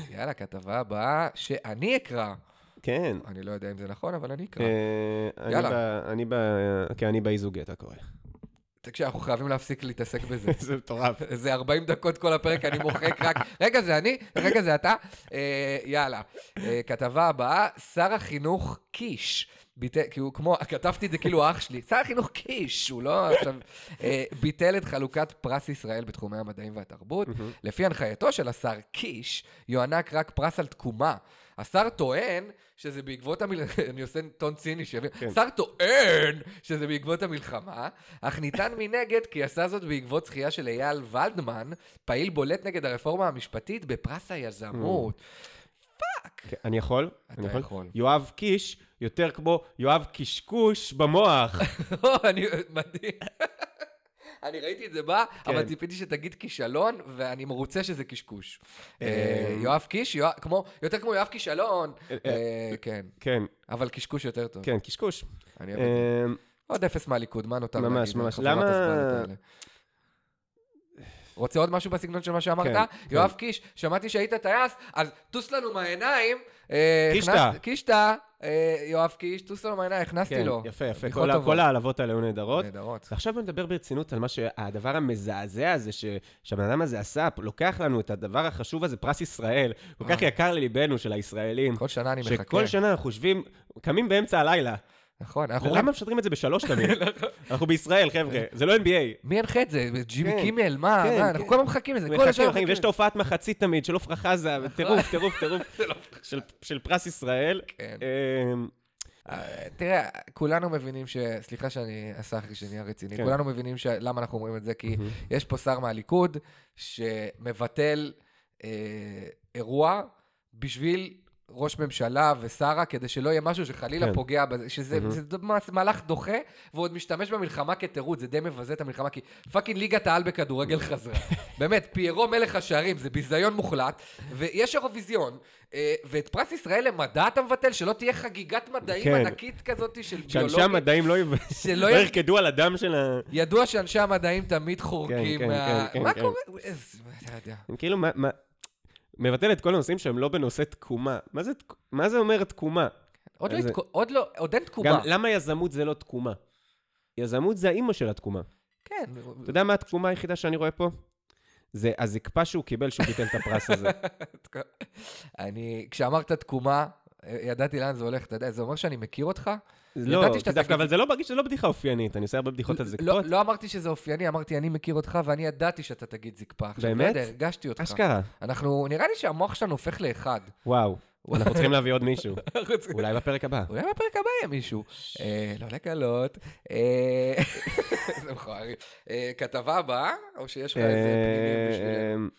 יאללה, כתבה הבאה שאני אקרא.
כן.
אני לא יודע אם זה נכון, אבל אני אקרא.
אה, אני
יאללה.
ב- אני ב... כן, אני באיזוגי, אתה קורא.
תקשיב, אנחנו חייבים להפסיק להתעסק בזה.
זה מטורף.
איזה 40 דקות כל הפרק, אני מוחק רק, רגע זה אני, רגע זה אתה. אה, יאללה. אה, כתבה הבאה, שר החינוך קיש. ביטל, כי הוא כמו, כתבתי את זה כאילו אח שלי, שר החינוך קיש, הוא לא עכשיו, אה, ביטל את חלוקת פרס ישראל בתחומי המדעים והתרבות. לפי הנחייתו של השר קיש, יוענק רק פרס על תקומה. השר טוען שזה בעקבות המלחמה, אני עושה טון ציני, שיבין,
כן.
השר טוען שזה בעקבות המלחמה, אך נטען מנגד כי עשה זאת בעקבות זכייה של אייל ולדמן, פעיל בולט נגד הרפורמה המשפטית בפרס היזמות.
כן, אני יכול?
אתה
אני
יכול.
יואב קיש, יותר כמו יואב קשקוש במוח.
אני, מדהים. אני ראיתי את זה בא,
כן.
אבל ציפיתי שתגיד כישלון, ואני מרוצה שזה קשקוש.
אמ.
אה, יואב קיש, יואב- כמו- יותר כמו יואב כישלון. אה, כן,
כן,
אבל קשקוש יותר טוב.
כן, קשקוש.
אני אוהב את זה.
אמ,
עוד אפס מהליכוד, מה נותר
ממש,
להגיד? על
ממש.
חפירת
למה-
הזמן האלה? רוצה עוד משהו בסגנון של מה שאמרת?
כן, כן.
יואב קיש, שמעתי שהיית טייס, אז טוס לנו מהעיניים. אה,
קישטה.
הכנסת- קישטה. אה, יואב קיש, טוסו למעיינה, הכנסתי
כן,
לו.
יפה, יפה.
לא. בדיחות
כל ה-
טובות.
כל ההעלבות האלה היו נהדרות.
נהדרות.
ועכשיו בוא נדבר ברצינות על מה שהדבר המזעזע הזה ש... שהבן אדם הזה עשה, לוקח לנו את הדבר החשוב הזה, פרס ישראל, כל כך
אה.
יקר לליבנו של הישראלים,
כל שנה אני מחכה.
שכל שנה אנחנו יושבים, קמים באמצע הלילה.
נכון, אנחנו רואים...
למה משדרים את זה בשלוש תמיד? אנחנו בישראל, חבר'ה, זה לא NBA.
מי ינחה את נכון. זה? ג'ימי
כן,
קימל? מה?
כן,
מה? אנחנו
כן.
כל הזמן מחכים לזה. כל נכון.
מחכים,
השנה
מחכים,
מחכים
ויש את
לזה.
ההופעת מחצית תמיד של עפרה חזה, טירוף, טירוף, טירוף, של- של פרס ישראל.
לא כן.
אמ,
אה, תראה, כולנו מבינים ש... סליחה שאני אעשה אחרי שנהיה רציני.
כן.
כולנו מבינים ש... למה אנחנו אומרים את זה, כי יש פה שר מהליכוד שמבטל אה, אירוע בשביל ראש ממשלה ושרה, כדי שלא יהיה משהו שחלילה
כן.
פוגע בזה, שזה
מהמם.
זה דו- מה- מהלך דוחה, ועוד משתמש במלחמה כתירוץ, זה די מבזה את המלחמה, כי פאקינג ליגת העל בכדורגל חזרה. באמת, פיירו מלך השערים, זה ביזיון מוחלט, ויש אירוויזיון, אה, ואת פרס ישראל למדע אתה מבטל, שלא תהיה חגיגת מדעים
כן.
ענקית כזאת של
שאנשי
ביולוגיה.
המדעים לא יב-
שלא
לא
יב-
ירקדו על הדם של ה...
ידוע שאנשי המדעים תמיד חורגים
כן,
מה...
כן,
מה
כן.
קורה? איזה- אתה יודע.
הם כאילו, מה... מה- מבטל את כל הנושאים שהם לא בנושא תקומה. מה זה תק- מה זה אומר תקומה?
עוד לא
איזה-
התקו- עוד לא, עוד אין
גם
תקומה.
למה יזמות זה לא תקומה? יזמות זה האימא של התקומה.
כן.
אתה יודע מה התקומה היחידה שאני רואה פה? זה הזקפה שהוא קיבל שהוא ביטל את הפרס הזה.
אני, כשאמרת תקומה, ידעתי לאן זה הולך, אתה יודע, זה אומר שאני מכיר אותך?
לא,
ידעתי
כי
שאתה
דווקא,
תגיד-
אבל זה לא מרגיש שזה לא בדיחה אופיינית, אני עושה הרבה בדיחות על
לא,
זקפות.
לא אמרתי שזה אופייני, אמרתי אני מכיר אותך ואני ידעתי שאתה תגיד זקפה. עכשיו, לא
באמת?
יודע, הרגשתי אותך.
אשכרה,
אנחנו, נראה לי שהמוח שלנו הופך לאחד.
וואו. אנחנו צריכים להביא עוד מישהו. אולי בפרק הבא.
אולי בפרק הבא יהיה מישהו. אה, לא לגלות. אה, זה מכוערי. אה, כתבה הבאה, או שיש לך איזה פנימיות בשבילנו?
אה,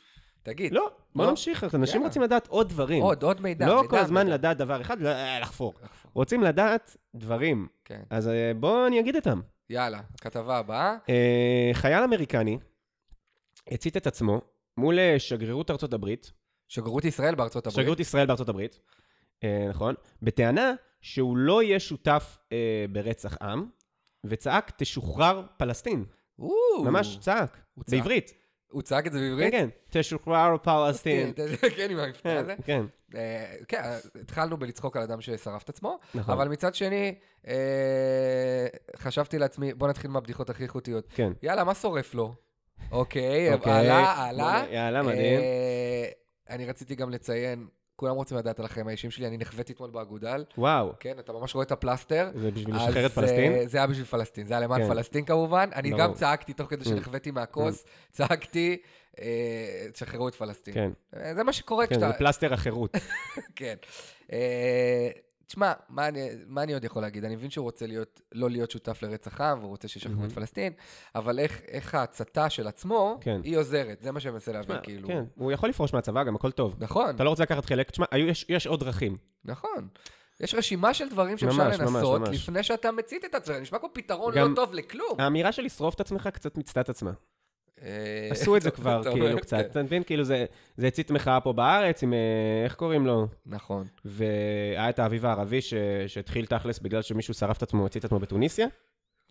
תגיד.
לא, בוא
לא?
נמשיך, אנשים
יאללה.
רוצים לדעת עוד דברים.
עוד, עוד מידע.
לא
מידע,
כל הזמן
מידע.
לדעת דבר אחד, לא, אה, לחפור.
לחפור.
רוצים לדעת דברים,
כן.
אז אה, בואו אני אגיד אותם.
יאללה, כתבה הבאה.
אה, חייל אמריקני הצית את עצמו מול אה, שגרירות ארצות הברית,
שגרירות ישראל בארצות הברית.
שגרירות ישראל בארצות הברית, אה, נכון, בטענה שהוא לא יהיה שותף אה, ברצח עם, וצעק, תשוחרר פלסטין.
או,
ממש צעק,
הוא צעק.
בעברית.
הוא צעק את זה
כן,
בעברית?
כן, תשוחרר פלסטין.
כן, עם המבטא
כן,
הזה.
כן,
אה, כן, התחלנו בלצחוק על אדם ששרף את עצמו,
נכון.
אבל מצד שני, אה, חשבתי לעצמי, בוא נתחיל מהבדיחות הכי איכותיות.
כן.
יאללה, מה שורף לו? אוקיי,
אוקיי.
עלה, עלה.
יאללה, מדהים.
אה, אני רציתי גם לציין, כולם רוצים לדעת על החיים האישיים שלי, אני נחוויתי אתמול באגודל.
וואו,
כן, אתה ממש רואה את הפלסטר.
זה בשביל
אז,
לשחרר את
אה,
פלסטין?
זה היה בשביל פלסטין, זה היה למען
כן.
פלסטין כמובן. אני
ברור. Mm.
גם צעקתי תוך כדי שנחוויתי מהכוס, צעקתי, אה, תשחררו את פלסטין.
כן,
אה, זה מה שקורה
כן,
כשאתה...
זה פלסטר החירות.
כן. אה, תשמע, מה אני, מה אני עוד יכול להגיד? אני מבין שהוא רוצה להיות, לא להיות שותף לרצח עם, והוא רוצה שישחררו את
מהמם.
פלסטין, אבל איך, איך ההצתה של עצמו,
כן.
היא עוזרת, זה מה שאני מנסה להבין, כאילו.
כן, הוא יכול לפרוש מהצבא, גם הכל טוב.
נכון,
אתה לא רוצה לקחת חלק, תשמע, היו- יש- יש עוד דרכים.
נכון. יש רשימה של דברים שאפשר
ממש, ממש,
לנסות
ממש.
לפני שאתה מצית את עצמך, נשמע כמו פתרון
גם-
לא טוב לכלום.
האמירה של לשרוף את עצמך קצת מיצתה את עצמה.
אה,
עשו את זה
אתה-
כבר,
אתה
כאילו,
אומר,
קצת.
כן.
אתה מבין? כאילו, זה זה הצית מחאה פה בארץ עם, אה, איך קוראים לו?
נכון.
והיה את האביב הערבי ש- שהתחיל תכלס בגלל שמישהו שרף את עצמו, הצית את עצמו בטוניסיה.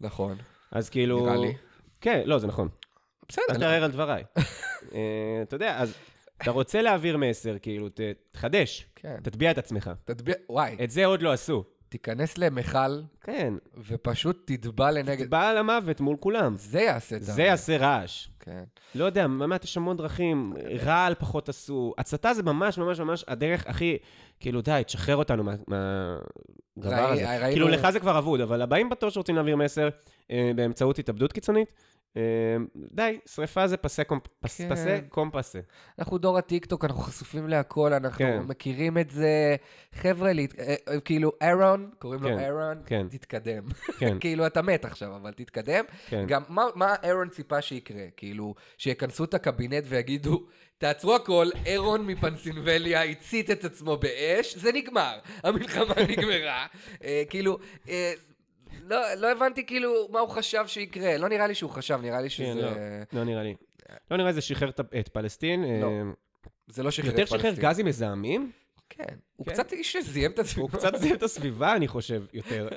נכון,
אז כאילו...
נראה לי.
כן, לא, זה נכון. אל
בסדר, לא.
תערער על דבריי. אה, אתה יודע, אז אתה רוצה להעביר מסר, כאילו, ת- תחדש,
כן.
תטביע את עצמך.
תטביע, וואי,
את זה עוד לא עשו.
תיכנס למכל
כן,
ופשוט תטבע לנגד.
בא על המוות מול כולם.
זה יעשה את
זה יעשה רעש.
כן.
לא יודע, באמת יש המון דרכים, רעל פחות עשו. הצתה זה ממש ממש ממש הדרך הכי, כאילו די, תשחרר אותנו מה- מהדבר
ראי-
הזה.
ראינו-
כאילו לך זה כבר אבוד, אבל הבאים בתור שרוצים להעביר מסר אה, באמצעות התאבדות קיצונית, אה, די, שריפה זה פסה קומפ- פס-
כן.
פסה קום פסה.
אנחנו דור הטיקטוק, אנחנו חשופים להכל, אנחנו
כן.
מכירים את זה. חבר'ה, להת- אה, אה, כאילו, אירון, קוראים לו
כן,
אירון,
כן.
תתקדם.
כן,
כאילו, אתה מת עכשיו, אבל תתקדם.
כן.
גם מה- מה אירון ציפה שיקרה? כאילו, שיכנסו את הקבינט ויגידו, תעצרו הכל, אירון מפנסילבליה הצית את עצמו באש, זה נגמר. המלחמה נגמרה. אה, כאילו, אה, לא, לא הבנתי כאילו מה הוא חשב שיקרה. לא נראה לי שהוא חשב, נראה לי
כן, לא,
שזה...
לא נראה לי. לא נראה לי זה שחרר את- את פלסטין.
לא,
אה,
זה לא שחרר
יותר שחרר
פלסטין.
גזים מזהמים?
כן. הוא
כן.
קצת איש שזיהם את עצמו.
הוא קצת זיהה את הסביבה, אני חושב, יותר.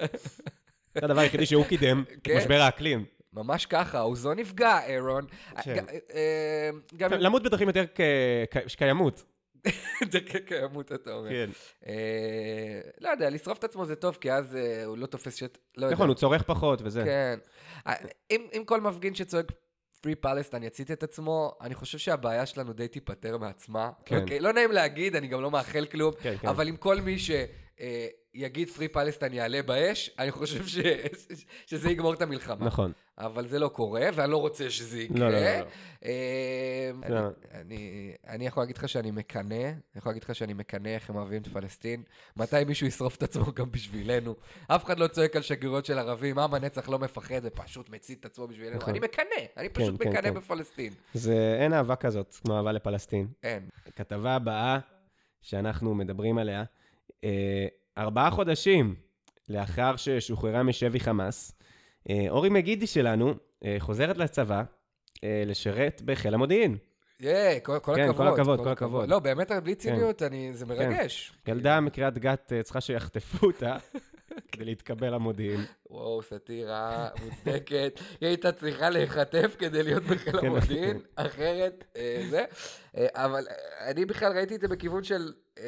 זה הדבר היחידי שהוא קידם, את
כן.
משבר האקלים.
ממש ככה, האוזון נפגע, אירון.
כן.
ג- אה, גם...
למות בדרכים יותר כ- כ- קיימות.
דרכי קיימות, אתה אומר.
כן.
אה, לא יודע, לשרוף את עצמו זה טוב, כי אז אה, הוא לא תופס שט... לא יודע.
נכון, הוא צורך פחות וזה.
כן. אה, אם, אם כל מפגין שצועק פרי פלסטן יצית את עצמו, אני חושב שהבעיה שלנו די תיפתר מעצמה.
כן.
אוקיי, לא נעים להגיד, אני גם לא מאחל כלום,
כן, כן.
אבל אם כל מי ש... אה, יגיד פרי פלסטן יעלה באש, אני חושב ש... שזה יגמור את המלחמה.
נכון.
אבל זה לא קורה, ואני לא רוצה שזה יקרה.
לא, לא, לא, לא.
אה,
לא.
אני- אני- אני יכול להגיד לך שאני מקנא, אני יכול להגיד לך שאני מקנא איך הם אוהבים את פלסטין. מתי מישהו ישרוף את עצמו גם בשבילנו? אף אחד לא צועק על שגרירויות של ערבים, עם הנצח לא מפחד, זה פשוט מצית את עצמו בשבילנו.
נכון.
אני מקנא, אני פשוט
כן, כן,
מקנא
כן.
בפלסטין.
זה, אין אהבה כזאת כמו אהבה לפלסטין.
אין.
הכתבה הבאה שאנחנו מדברים עליה, אה, ארבעה חודשים לאחר ששוחררה משבי חמאס, אה, אורי מגידי שלנו אה, חוזרת לצבא אה, לשרת בחיל המודיעין.
ייי, כל כל
כן,
הכבוד.
כל הכבוד, כל הכבוד.
לא, באמת, בלי ציניות, אני- זה מרגש.
ילדה מקריית גת אה, צריכה שיחטפו אותה כדי להתקבל למודיעין.
וואו, סאטירה מוצדקת. היא הייתה צריכה להיחטף כדי להיות בחיל
כן.
המודיעין, אחרת אה, זה. אה, אבל אה, אני בכלל ראיתי את זה בכיוון של... אה,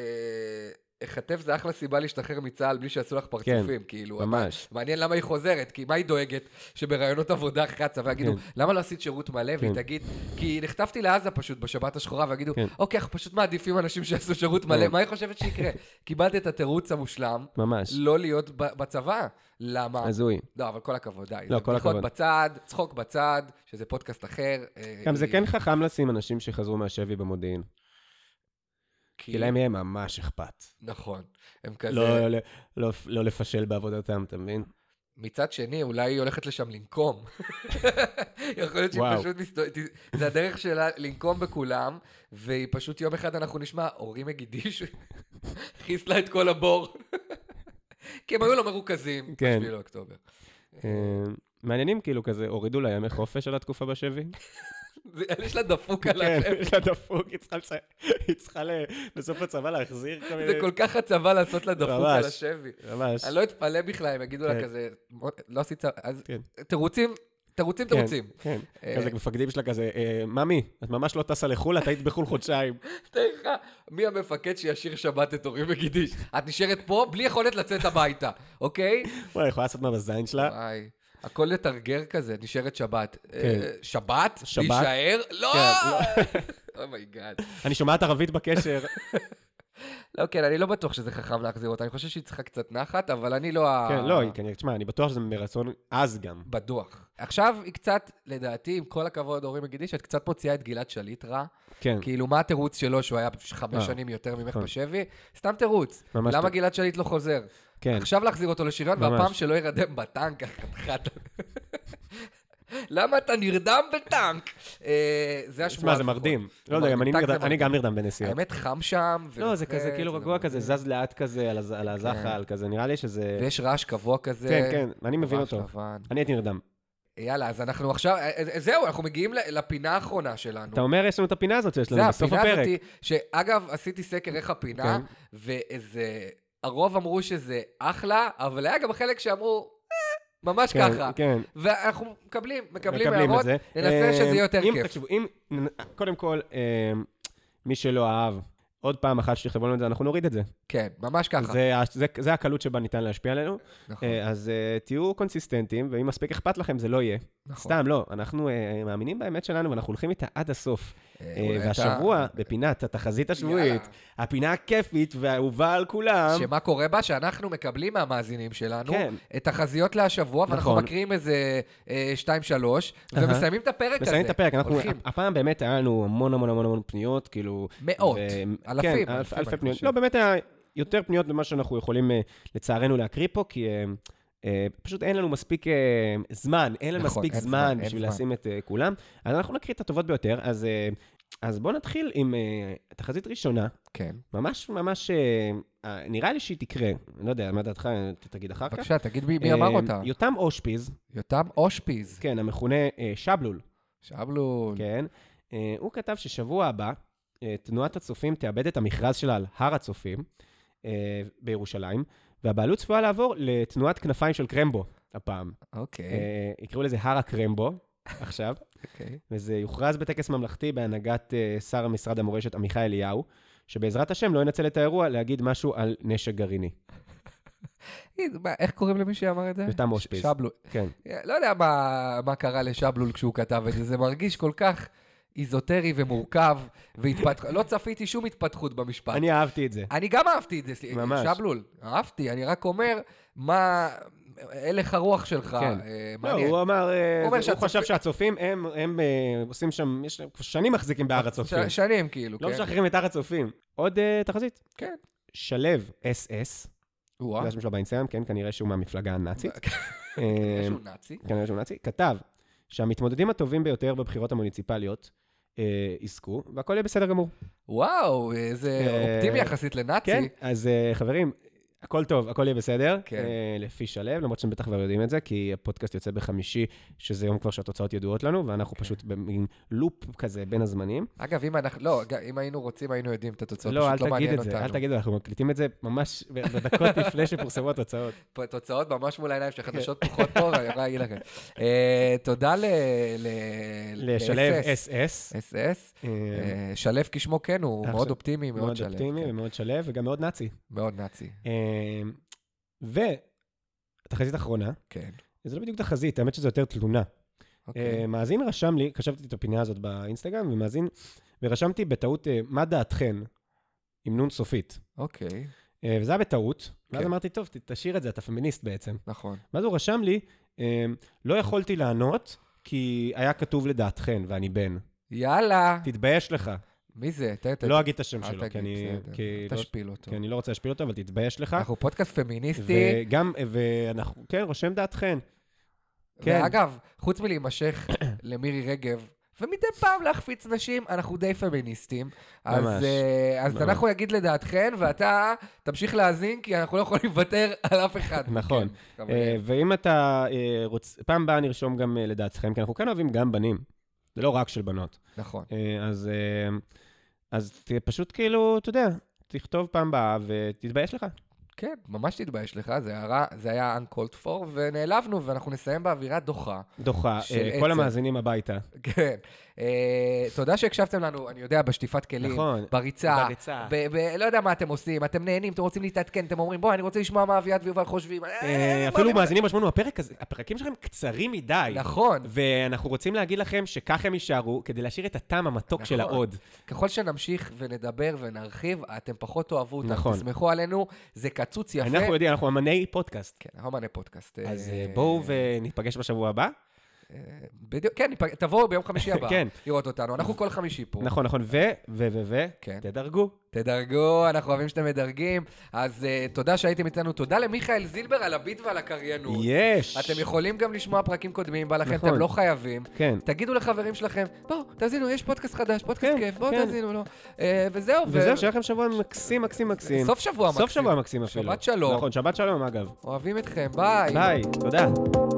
החטף זה אחלה סיבה להשתחרר מצה"ל בלי שיעשו לך פרצופים, כאילו.
כן. ממש.
אבל מעניין למה היא חוזרת, כי מה היא דואגת? שבראיונות עבודה אחרי הצבא יגידו,
כן.
למה לא עשית שירות מלא? והיא
כן.
תגיד, כי נחטפתי לעזה פשוט בשבת השחורה, ויגידו,
כן.
אוקיי, אנחנו פשוט מעדיפים אנשים שיעשו שירות מלא,
כן.
מה היא חושבת שיקרה? קיבלת את התירוץ המושלם,
ממש.
לא להיות ב- בצבא. למה?
הזוי.
לא, אבל כל הכבוד, די.
לא,
זה
כל
בדיחות
הכבוד.
בצד, צחוק בצד, שזה פודקאסט אחר. אה,
גם זה
אה,
כן חכם לשים אנשים שחזרו מהשבי במודיעין,
כי-
כי להם יהיה ממש אכפת.
נכון. הם כזה...
לא- לא- לא- לא לפשל בעבודתם, אתה מבין?
מצד שני, אולי היא הולכת לשם לנקום. יכול להיות שהיא
וואו.
פשוט מסתובבת, זה הדרך שלה לנקום בכולם, והיא פשוט יום אחד אנחנו נשמע, אורי מגידיש, חיסלה את כל הבור. כי הם היו לא מרוכזים,
כן.
בשביל אוקטובר.
אה, מעניינים כאילו כזה, הורידו לה ימי חופש על התקופה בשבי.
זה- יש לה דפוק על
כן,
השם.
יש לה דפוק, היא צריכה לצ- היא צריכה ל- בסוף הצבא להחזיר כל מיני...
זה כל כך הצבא לעשות לה דפוק על
ממש.
השבי.
ממש.
אני לא אתפלא בכלל אם יגידו לה
כן.
כזה, "מ- לא עשית צבא, אז
כן.
תירוצים, תירוצים,
כן,
תירוצים.
כן,
אה.
כזה מפקדים שלה כזה, "אה, ממי, את ממש לא טסה לחו"ל, את היית בחו"ל חודשיים.
תאר לך, מי המפקד שישיר שבת את אורי מגידיש? את נשארת פה בלי יכולת לצאת הביתה, אוקיי?
וואי, יכולה לעשות מה בזין שלה?
וואי. הכל לתרגר כזה, נשארת שבת. אה, שבת?
כן. שבת?
להישאר? לא!
כן,
אומייגאד.
אני שומעת ערבית בקשר.
אה. לא, כן, אני לא בטוח שזה חכם להחזיר אותה, אני חושב שהיא צריכה קצת נחת, אבל אני לא ה...
כן, לא, היא כנראה, תשמע, אני בטוח שזה מרצון אז גם.
בדוח. עכשיו היא קצת, לדעתי, עם כל הכבוד, אורי מגידיש, את קצת מוציאה את גלעד שליט רע.
כן,
כאילו, מה התירוץ שלו שהוא היה חמש
אה,
שנים יותר ממך
נכון.
בשבי? סתם תירוץ.
ממש
למה
טוב.
גלעד שליט לא חוזר?
כן.
עכשיו להחזיר אותו לשריון,
ממש.
והפעם שלא ירדם בטנק, החתיכת. למה אתה נרדם בטנק? אה, זה השמועה.
תשמע, זה
לפחות.
מרדים. לא יודע, גם אני
טנק זה
נרדם- אני
מרדים.
גם נרדם בנסיעות.
האמת, חם שם.
לא, זה כזה
ולוחץ,
כאילו
זה
רגוע
מרדים. כן.
כזה, זז לאט כזה על הז- על הזחל, כזה, נראה לי שזה...
ויש רעש קבוע כזה.
כן, כן, אני מבין
רעש
אותו.
לבן.
אני הייתי נרדם.
יאללה, אז אנחנו עכשיו, אה, אה, זהו, אנחנו מגיעים ל- לפינה האחרונה שלנו.
אתה אומר, יש לנו את הפינה הזאת שיש לנו
זה
בסוף
הפינה
הפרק.
הזאת, שאגב, עשיתי סקר איך הפינה,
כן.
ואיזה... הרוב אמרו שזה אחלה, אבל היה גם חלק שאמרו, "אה, ממש
כן,
ככה.
כן.
ואנחנו מקבלים, מקבלים
מקבלים את
הערות,
זה.
ננסה
אה,
שזה יהיה יותר
אם-
כיף.
תקשיבו, אם... קודם כל, אה, מי שלא אהב, עוד פעם אחת שתכתבו לנו את זה, אנחנו נוריד את זה.
כן, ממש ככה.
זה ה- זה- זה הקלות שבה ניתן להשפיע עלינו.
נכון.
אה, אז אה, תהיו קונסיסטנטים, ואם מספיק אכפת לכם, זה לא יהיה.
נכון.
סתם, לא. אנחנו אה, מאמינים באמת שלנו, ואנחנו הולכים איתה עד הסוף.
אה,
אה,
אולי אתה-
והשבוע, בפינת התחזית השבועית,
יאללה.
הפינה הכיפית והאהובה על כולם,
שמה קורה בה? שאנחנו מקבלים מהמאזינים שלנו
כן.
את החזיות להשבוע, ואנחנו
נכון.
מקריאים איזה 2-3, ומסיימים את הפרק הזה.
מסיימים את הפרק, אנחנו,
הולכים.
הפעם באמת היה לנו המון המון המון המון פניות, כאילו...
מאות, אלפים,
כן, אלף,
אלפים,
אלפי
אני
פניות.
חושב.
לא, באמת היה יותר פניות ממה שאנחנו יכולים, אה, לצערנו, להקריא פה, כי אה, אה, פשוט אין לנו מספיק אה, זמן, אין לנו
נכון,
מספיק
אין זמן,
זמן
אין
בשביל
זמן.
לשים את אה, כולם. אז אנחנו נקריא את הטובות ביותר, אז... אה, אז בואו נתחיל עם אה, תחזית ראשונה,
כן.
ממש ממש, אה, אה, נראה לי שהיא תקרה, אני לא יודע, מה דעתך, אה, תגיד אחר כך.
בבקשה, תגיד מי- מי אמר
אה,
אותה.
יותם אושפיז,
יותם אושפיז,
כן, המכונה אה, שבלול,
שבלול.
כן, אה, הוא כתב ששבוע הבא אה, תנועת הצופים תאבד את המכרז שלה על הר הצופים אה, בירושלים, והבעלות צפויה לעבור לתנועת כנפיים של קרמבו הפעם.
אוקיי,
אה, יקראו לזה הר הקרמבו עכשיו,
אוקיי.
וזה יוכרז בטקס ממלכתי בהנהגת אה, שר משרד המורשת עמיחי אליהו, שבעזרת השם לא ינצל את האירוע להגיד משהו על נשק גרעיני.
תגיד, מה, איך קוראים למי שאמר את זה?
יותם אושפיז.
ש- שבלול.
כן.
לא יודע מה, מה קרה לשבלול כשהוא כתב את זה, זה מרגיש כל כך איזוטרי ומורכב, והתפתח... לא צפיתי שום התפתחות במשפט.
אני אהבתי את זה. לא,
אני גם אהבתי את זה, סליחה,
ממש.
שבלול, אהבתי, אני רק אומר מה הלך הרוח שלך,
כן.
אה,
לא,
מעניין.
הוא אמר, אה,
הוא אומר
הוא
שהצופ-
חשב שהצופים, הם- הם אה, עושים שם, יש להם כבר שנים מחזיקים בהר הצופים.
ש- שנים כאילו,
לא
אה, כן.
משחררים את הר הצופים. עוד אה, תחזית.
כן.
שלו אס-אס,
או-אה,
זה השם שלו באינסטגרם, כן, כנראה שהוא מהמפלגה הנאצית. אה,
שהוא נאצי.
כנראה שהוא נאצי, כתב שהמתמודדים הטובים ביותר בבחירות המוניציפליות אה, יזכו, והכל יהיה בסדר גמור.
וואו, איזה
אה,
אופטימי יחסית לנאצי.
כן, אז אה, חברים, הכל טוב, הכל יהיה בסדר.
כן.
אה, לפי שלו, למרות שאתם בטח כבר יודעים את זה, כי הפודקאסט יוצא בחמישי, שזה יום כבר שהתוצאות ידועות לנו, ואנחנו
כן.
פשוט במין לופ כזה בין הזמנים.
אגב, אם אנחנו, לא, ג- אם היינו רוצים, היינו יודעים את התוצאות,
לא, אל
פשוט לא
תגיד
מעניין
את זה, אל
אותנו.
תגיד, אנחנו מקליטים את זה ממש בדקות לפני שפורסמו התוצאות.
פה תוצאות ממש מול העיניים
כן.
של חדשות פחות פה, ואני יכול להגיד לכם. אה, תודה ל... ל-
לשלו
ל-SS.
אס-אס.
SS. אה, שלו כשמו כן, הוא
אה, עכשיו-
מאוד אופטימי, מאוד
מאוד
שלו.
אופטימי
כן.
ומאוד שלו, וגם מאוד נאצי.
מאוד נאצי,
אה, ותחזית אחרונה,
כן.
זה לא בדיוק תחזית, האמת שזה יותר תלונה.
אוקיי.
אה, מאזין רשם לי, חשבתי את הפינה הזאת באינסטגרם, ומאזין, ורשמתי בטעות, אה, מה דעתכן? עם נון סופית.
אוקיי,
אה, וזה היה בטעות, ואז
כן.
אמרתי, טוב, ת- תשאיר את זה, אתה פמיניסט בעצם.
נכון.
ואז הוא רשם לי, אה, לא יכולתי לענות, כי היה כתוב לדעתכן, ואני בן.
יאללה,
תתבייש לך.
מי זה? תן, תן.
לא אגיד את השם
אל
שלו, כי
תגיד,
אני-
בסדר.
כי לא-
תשפיל אותו.
כי אני לא רוצה להשפיל אותו, אבל תתבייש לך.
אנחנו פודקאסט פמיניסטי,
וגם, ואנחנו, כן, רושם דעתכן. כן.
ואגב, חוץ מלהימשך למירי רגב, ומדי פעם להחפיץ נשים, אנחנו די פמיניסטים. אז,
ממש,
אה, אז
ממש.
אנחנו נגיד לדעתכן, ואתה תמשיך להאזין, כי אנחנו לא יכולים לוותר על אף אחד.
נכון.
כן,
אה,
חברים.
ואם אתה אה, רוצ... פעם באה נרשום גם אה, לדעתכם, כי אנחנו כן אוהבים גם בנים. זה לא רק של בנות.
נכון.
אה, אז, אה, אז ת- פשוט כאילו, אתה יודע, תכתוב פעם באה ותתבייש לך.
כן, ממש תתבייש לך, זה היה- זה היה uncalled for, ונעלבנו, ואנחנו נסיים באווירה דוחה.
דוחה
של
אה,
עצב.
כל המאזינים הביתה.
כן. אה, תודה שהקשבתם לנו, אני יודע, בשטיפת כלים,
נכון.
בריצה,
בריצה.
ב- ב- לא יודע מה אתם עושים, אתם נהנים, אתם רוצים להתעדכן, אתם אומרים, בוא, אני רוצה לשמוע מה אביעד ויובל חושבים. אה,
אה,
בוא,
אפילו
אני-
מאזינים משמענו, הפרק הזה, הפרקים שלכם קצרים מדי.
נכון.
ואנחנו רוצים להגיד לכם שכך הם יישארו, כדי להשאיר את הטעם המתוק של
נכון.
העוד.
ככל שנמשיך ונדבר ונרחיב, אתם פחות תאהבו אותנו,
נכון.
תסמכו עלינו, זה קצוץ יפה.
אנחנו יודעים, אנחנו אמני פודקאסט.
כן, אנחנו מענה פודקאסט.
אז
אה,
אה, בואו וניפגש בשבוע הבא.
בדיוק, כן, ניפג- תבואו ביום חמישי הבא,
כן.
לראות אותנו, אנחנו כל חמישי פה.
נכון, נכון, ו, ו, ו, ו,
כן.
תדרגו.
תדרגו, אנחנו אוהבים שאתם מדרגים. אז אה, תודה שהייתם איתנו, תודה למיכאל זילבר על הביט ועל הקריינות.
יש.
אתם יכולים גם לשמוע פרקים קודמים, בא לכם,
נכון.
אתם לא חייבים.
כן.
תגידו לחברים שלכם, בואו, תאזינו, יש פודקאסט חדש, פודקאסט
כן,
כיף, בואו
כן.
תאזינו לו. אה, וזהו, ו-
וזהו, שיהיה לכם שבוע מקסים, מקסים, מקסים.
סוף שבוע מקסים.
סוף שבוע מקסים אפילו.
שבת שלום. אוקיי.
נכון, שבת שלום, אגב.
אוהבים אתכם, ביי.
ביי, תודה.